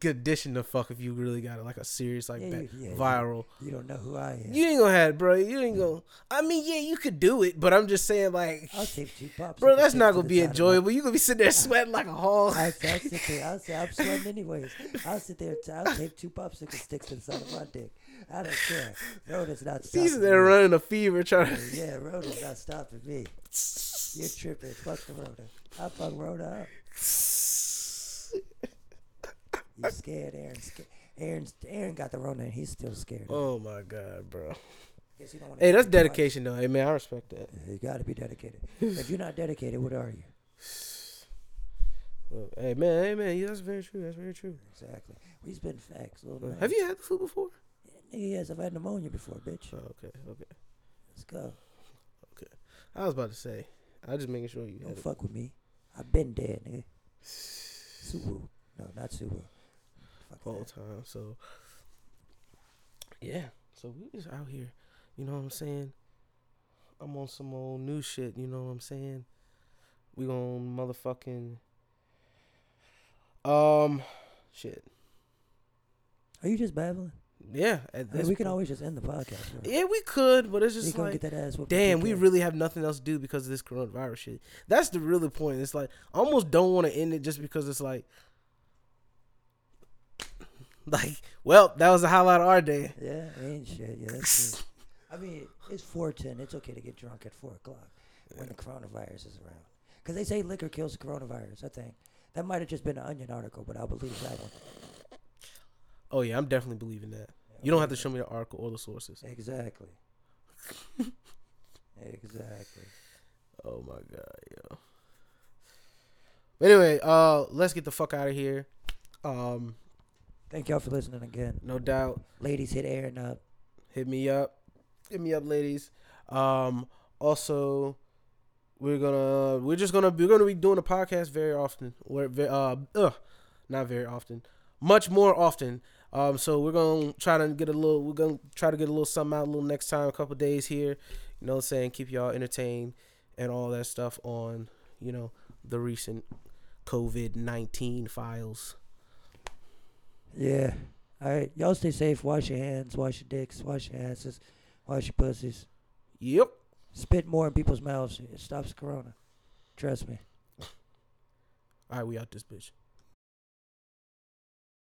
[SPEAKER 1] condition to fuck if you really got it like a serious like
[SPEAKER 2] Yeah,
[SPEAKER 1] ba-
[SPEAKER 2] you- yeah, yeah.
[SPEAKER 1] viral.
[SPEAKER 2] You don't know who I am.
[SPEAKER 1] You ain't gonna have it, bro. You ain't gonna. I mean, yeah, you could do it, but I'm just saying, like,
[SPEAKER 2] I'll tape two pops.
[SPEAKER 1] bro,
[SPEAKER 2] and
[SPEAKER 1] that's
[SPEAKER 2] tape
[SPEAKER 1] not
[SPEAKER 2] to
[SPEAKER 1] gonna
[SPEAKER 2] the
[SPEAKER 1] be
[SPEAKER 2] side of my-
[SPEAKER 1] enjoyable. You gonna be sitting there sweating like a hog.
[SPEAKER 2] I, I sit there. I'll say, I'm sweating anyways. I'll sit there. and I'll tape two popsicle sticks to the side of my dick. I don't care. Rona's not stopping
[SPEAKER 1] He's there
[SPEAKER 2] me.
[SPEAKER 1] running a fever, trying to.
[SPEAKER 2] Yeah, Rona's not stopping me. You're tripping. Fuck the Rona. I fuck Rona up. You scared, Aaron? Scared. Aaron's, Aaron got the Rona and he's still scared.
[SPEAKER 1] Oh my god, bro.
[SPEAKER 2] Guess he don't wanna
[SPEAKER 1] Hey,
[SPEAKER 2] take
[SPEAKER 1] that's
[SPEAKER 2] the two pops.
[SPEAKER 1] dedication, though. Hey, man, I respect that.
[SPEAKER 2] You got to be dedicated. if you're not dedicated, what are you?
[SPEAKER 1] Look, Hey, man, hey, man, yeah, that's very true. That's very true.
[SPEAKER 2] Exactly. We spin facts. Little
[SPEAKER 1] Have you had the flu before?
[SPEAKER 2] Nigga, yes, I've had pneumonia before, bitch.
[SPEAKER 1] Oh, okay, okay.
[SPEAKER 2] Let's go.
[SPEAKER 1] I was about to say. I was just making sure you
[SPEAKER 2] Don't
[SPEAKER 1] had it.
[SPEAKER 2] fuck with me. I've been dead, nigga. Subaru. No, not Subaru. Fuck
[SPEAKER 1] whole
[SPEAKER 2] that.
[SPEAKER 1] time. So yeah, so we just out here. You know what I'm saying? I'm on some old new shit. You know what I'm saying? We gon' motherfucking um shit.
[SPEAKER 2] Are you just babbling?
[SPEAKER 1] Yeah, at
[SPEAKER 2] I mean,
[SPEAKER 1] this
[SPEAKER 2] we can
[SPEAKER 1] point-
[SPEAKER 2] always just end the podcast. Bro.
[SPEAKER 1] Yeah, we could, but it's
[SPEAKER 2] You
[SPEAKER 1] just
[SPEAKER 2] gonna
[SPEAKER 1] like
[SPEAKER 2] get that ass whooped if you
[SPEAKER 1] Damn, we
[SPEAKER 2] care.
[SPEAKER 1] really have nothing else to do because of this coronavirus shit. That's the really point. It's like I almost don't want to end it just because it's like, like, well, that was the highlight of our day.
[SPEAKER 2] Yeah, ain't shit. Yeah, that's true. I mean, it's four ten. It's okay to get drunk at four o'clock when the coronavirus is around. Cause they say liquor kills the coronavirus. I think that might have just been an Onion article, but I believe that one.
[SPEAKER 1] Oh yeah, I'm definitely believing that. You don't have to show me the article or the sources.
[SPEAKER 2] Exactly. exactly.
[SPEAKER 1] Oh my god, yo. But anyway, uh, let's get the fuck out of here. Um,
[SPEAKER 2] Thank y'all for listening again.
[SPEAKER 1] no doubt.
[SPEAKER 2] Ladies, hit Aaron up.
[SPEAKER 1] hit me up hit me up ladies um also we're gonna we're just gonna we're gonna be doing a podcast very often we're ve- uh ugh, not very often much more often um so we're gonna try to get a little we're gonna try to get a little something out a little next time a couple days here you know what i'm saying keep y'all entertained and all that stuff on you know the recent covid-19 files
[SPEAKER 2] Yeah. All right. Y'all stay safe. Wash your hands. Wash your dicks. Wash your asses. Wash your pussies.
[SPEAKER 1] yep
[SPEAKER 2] Spit more in people's mouths. It stops corona. Trust me.
[SPEAKER 1] all right we out this bitch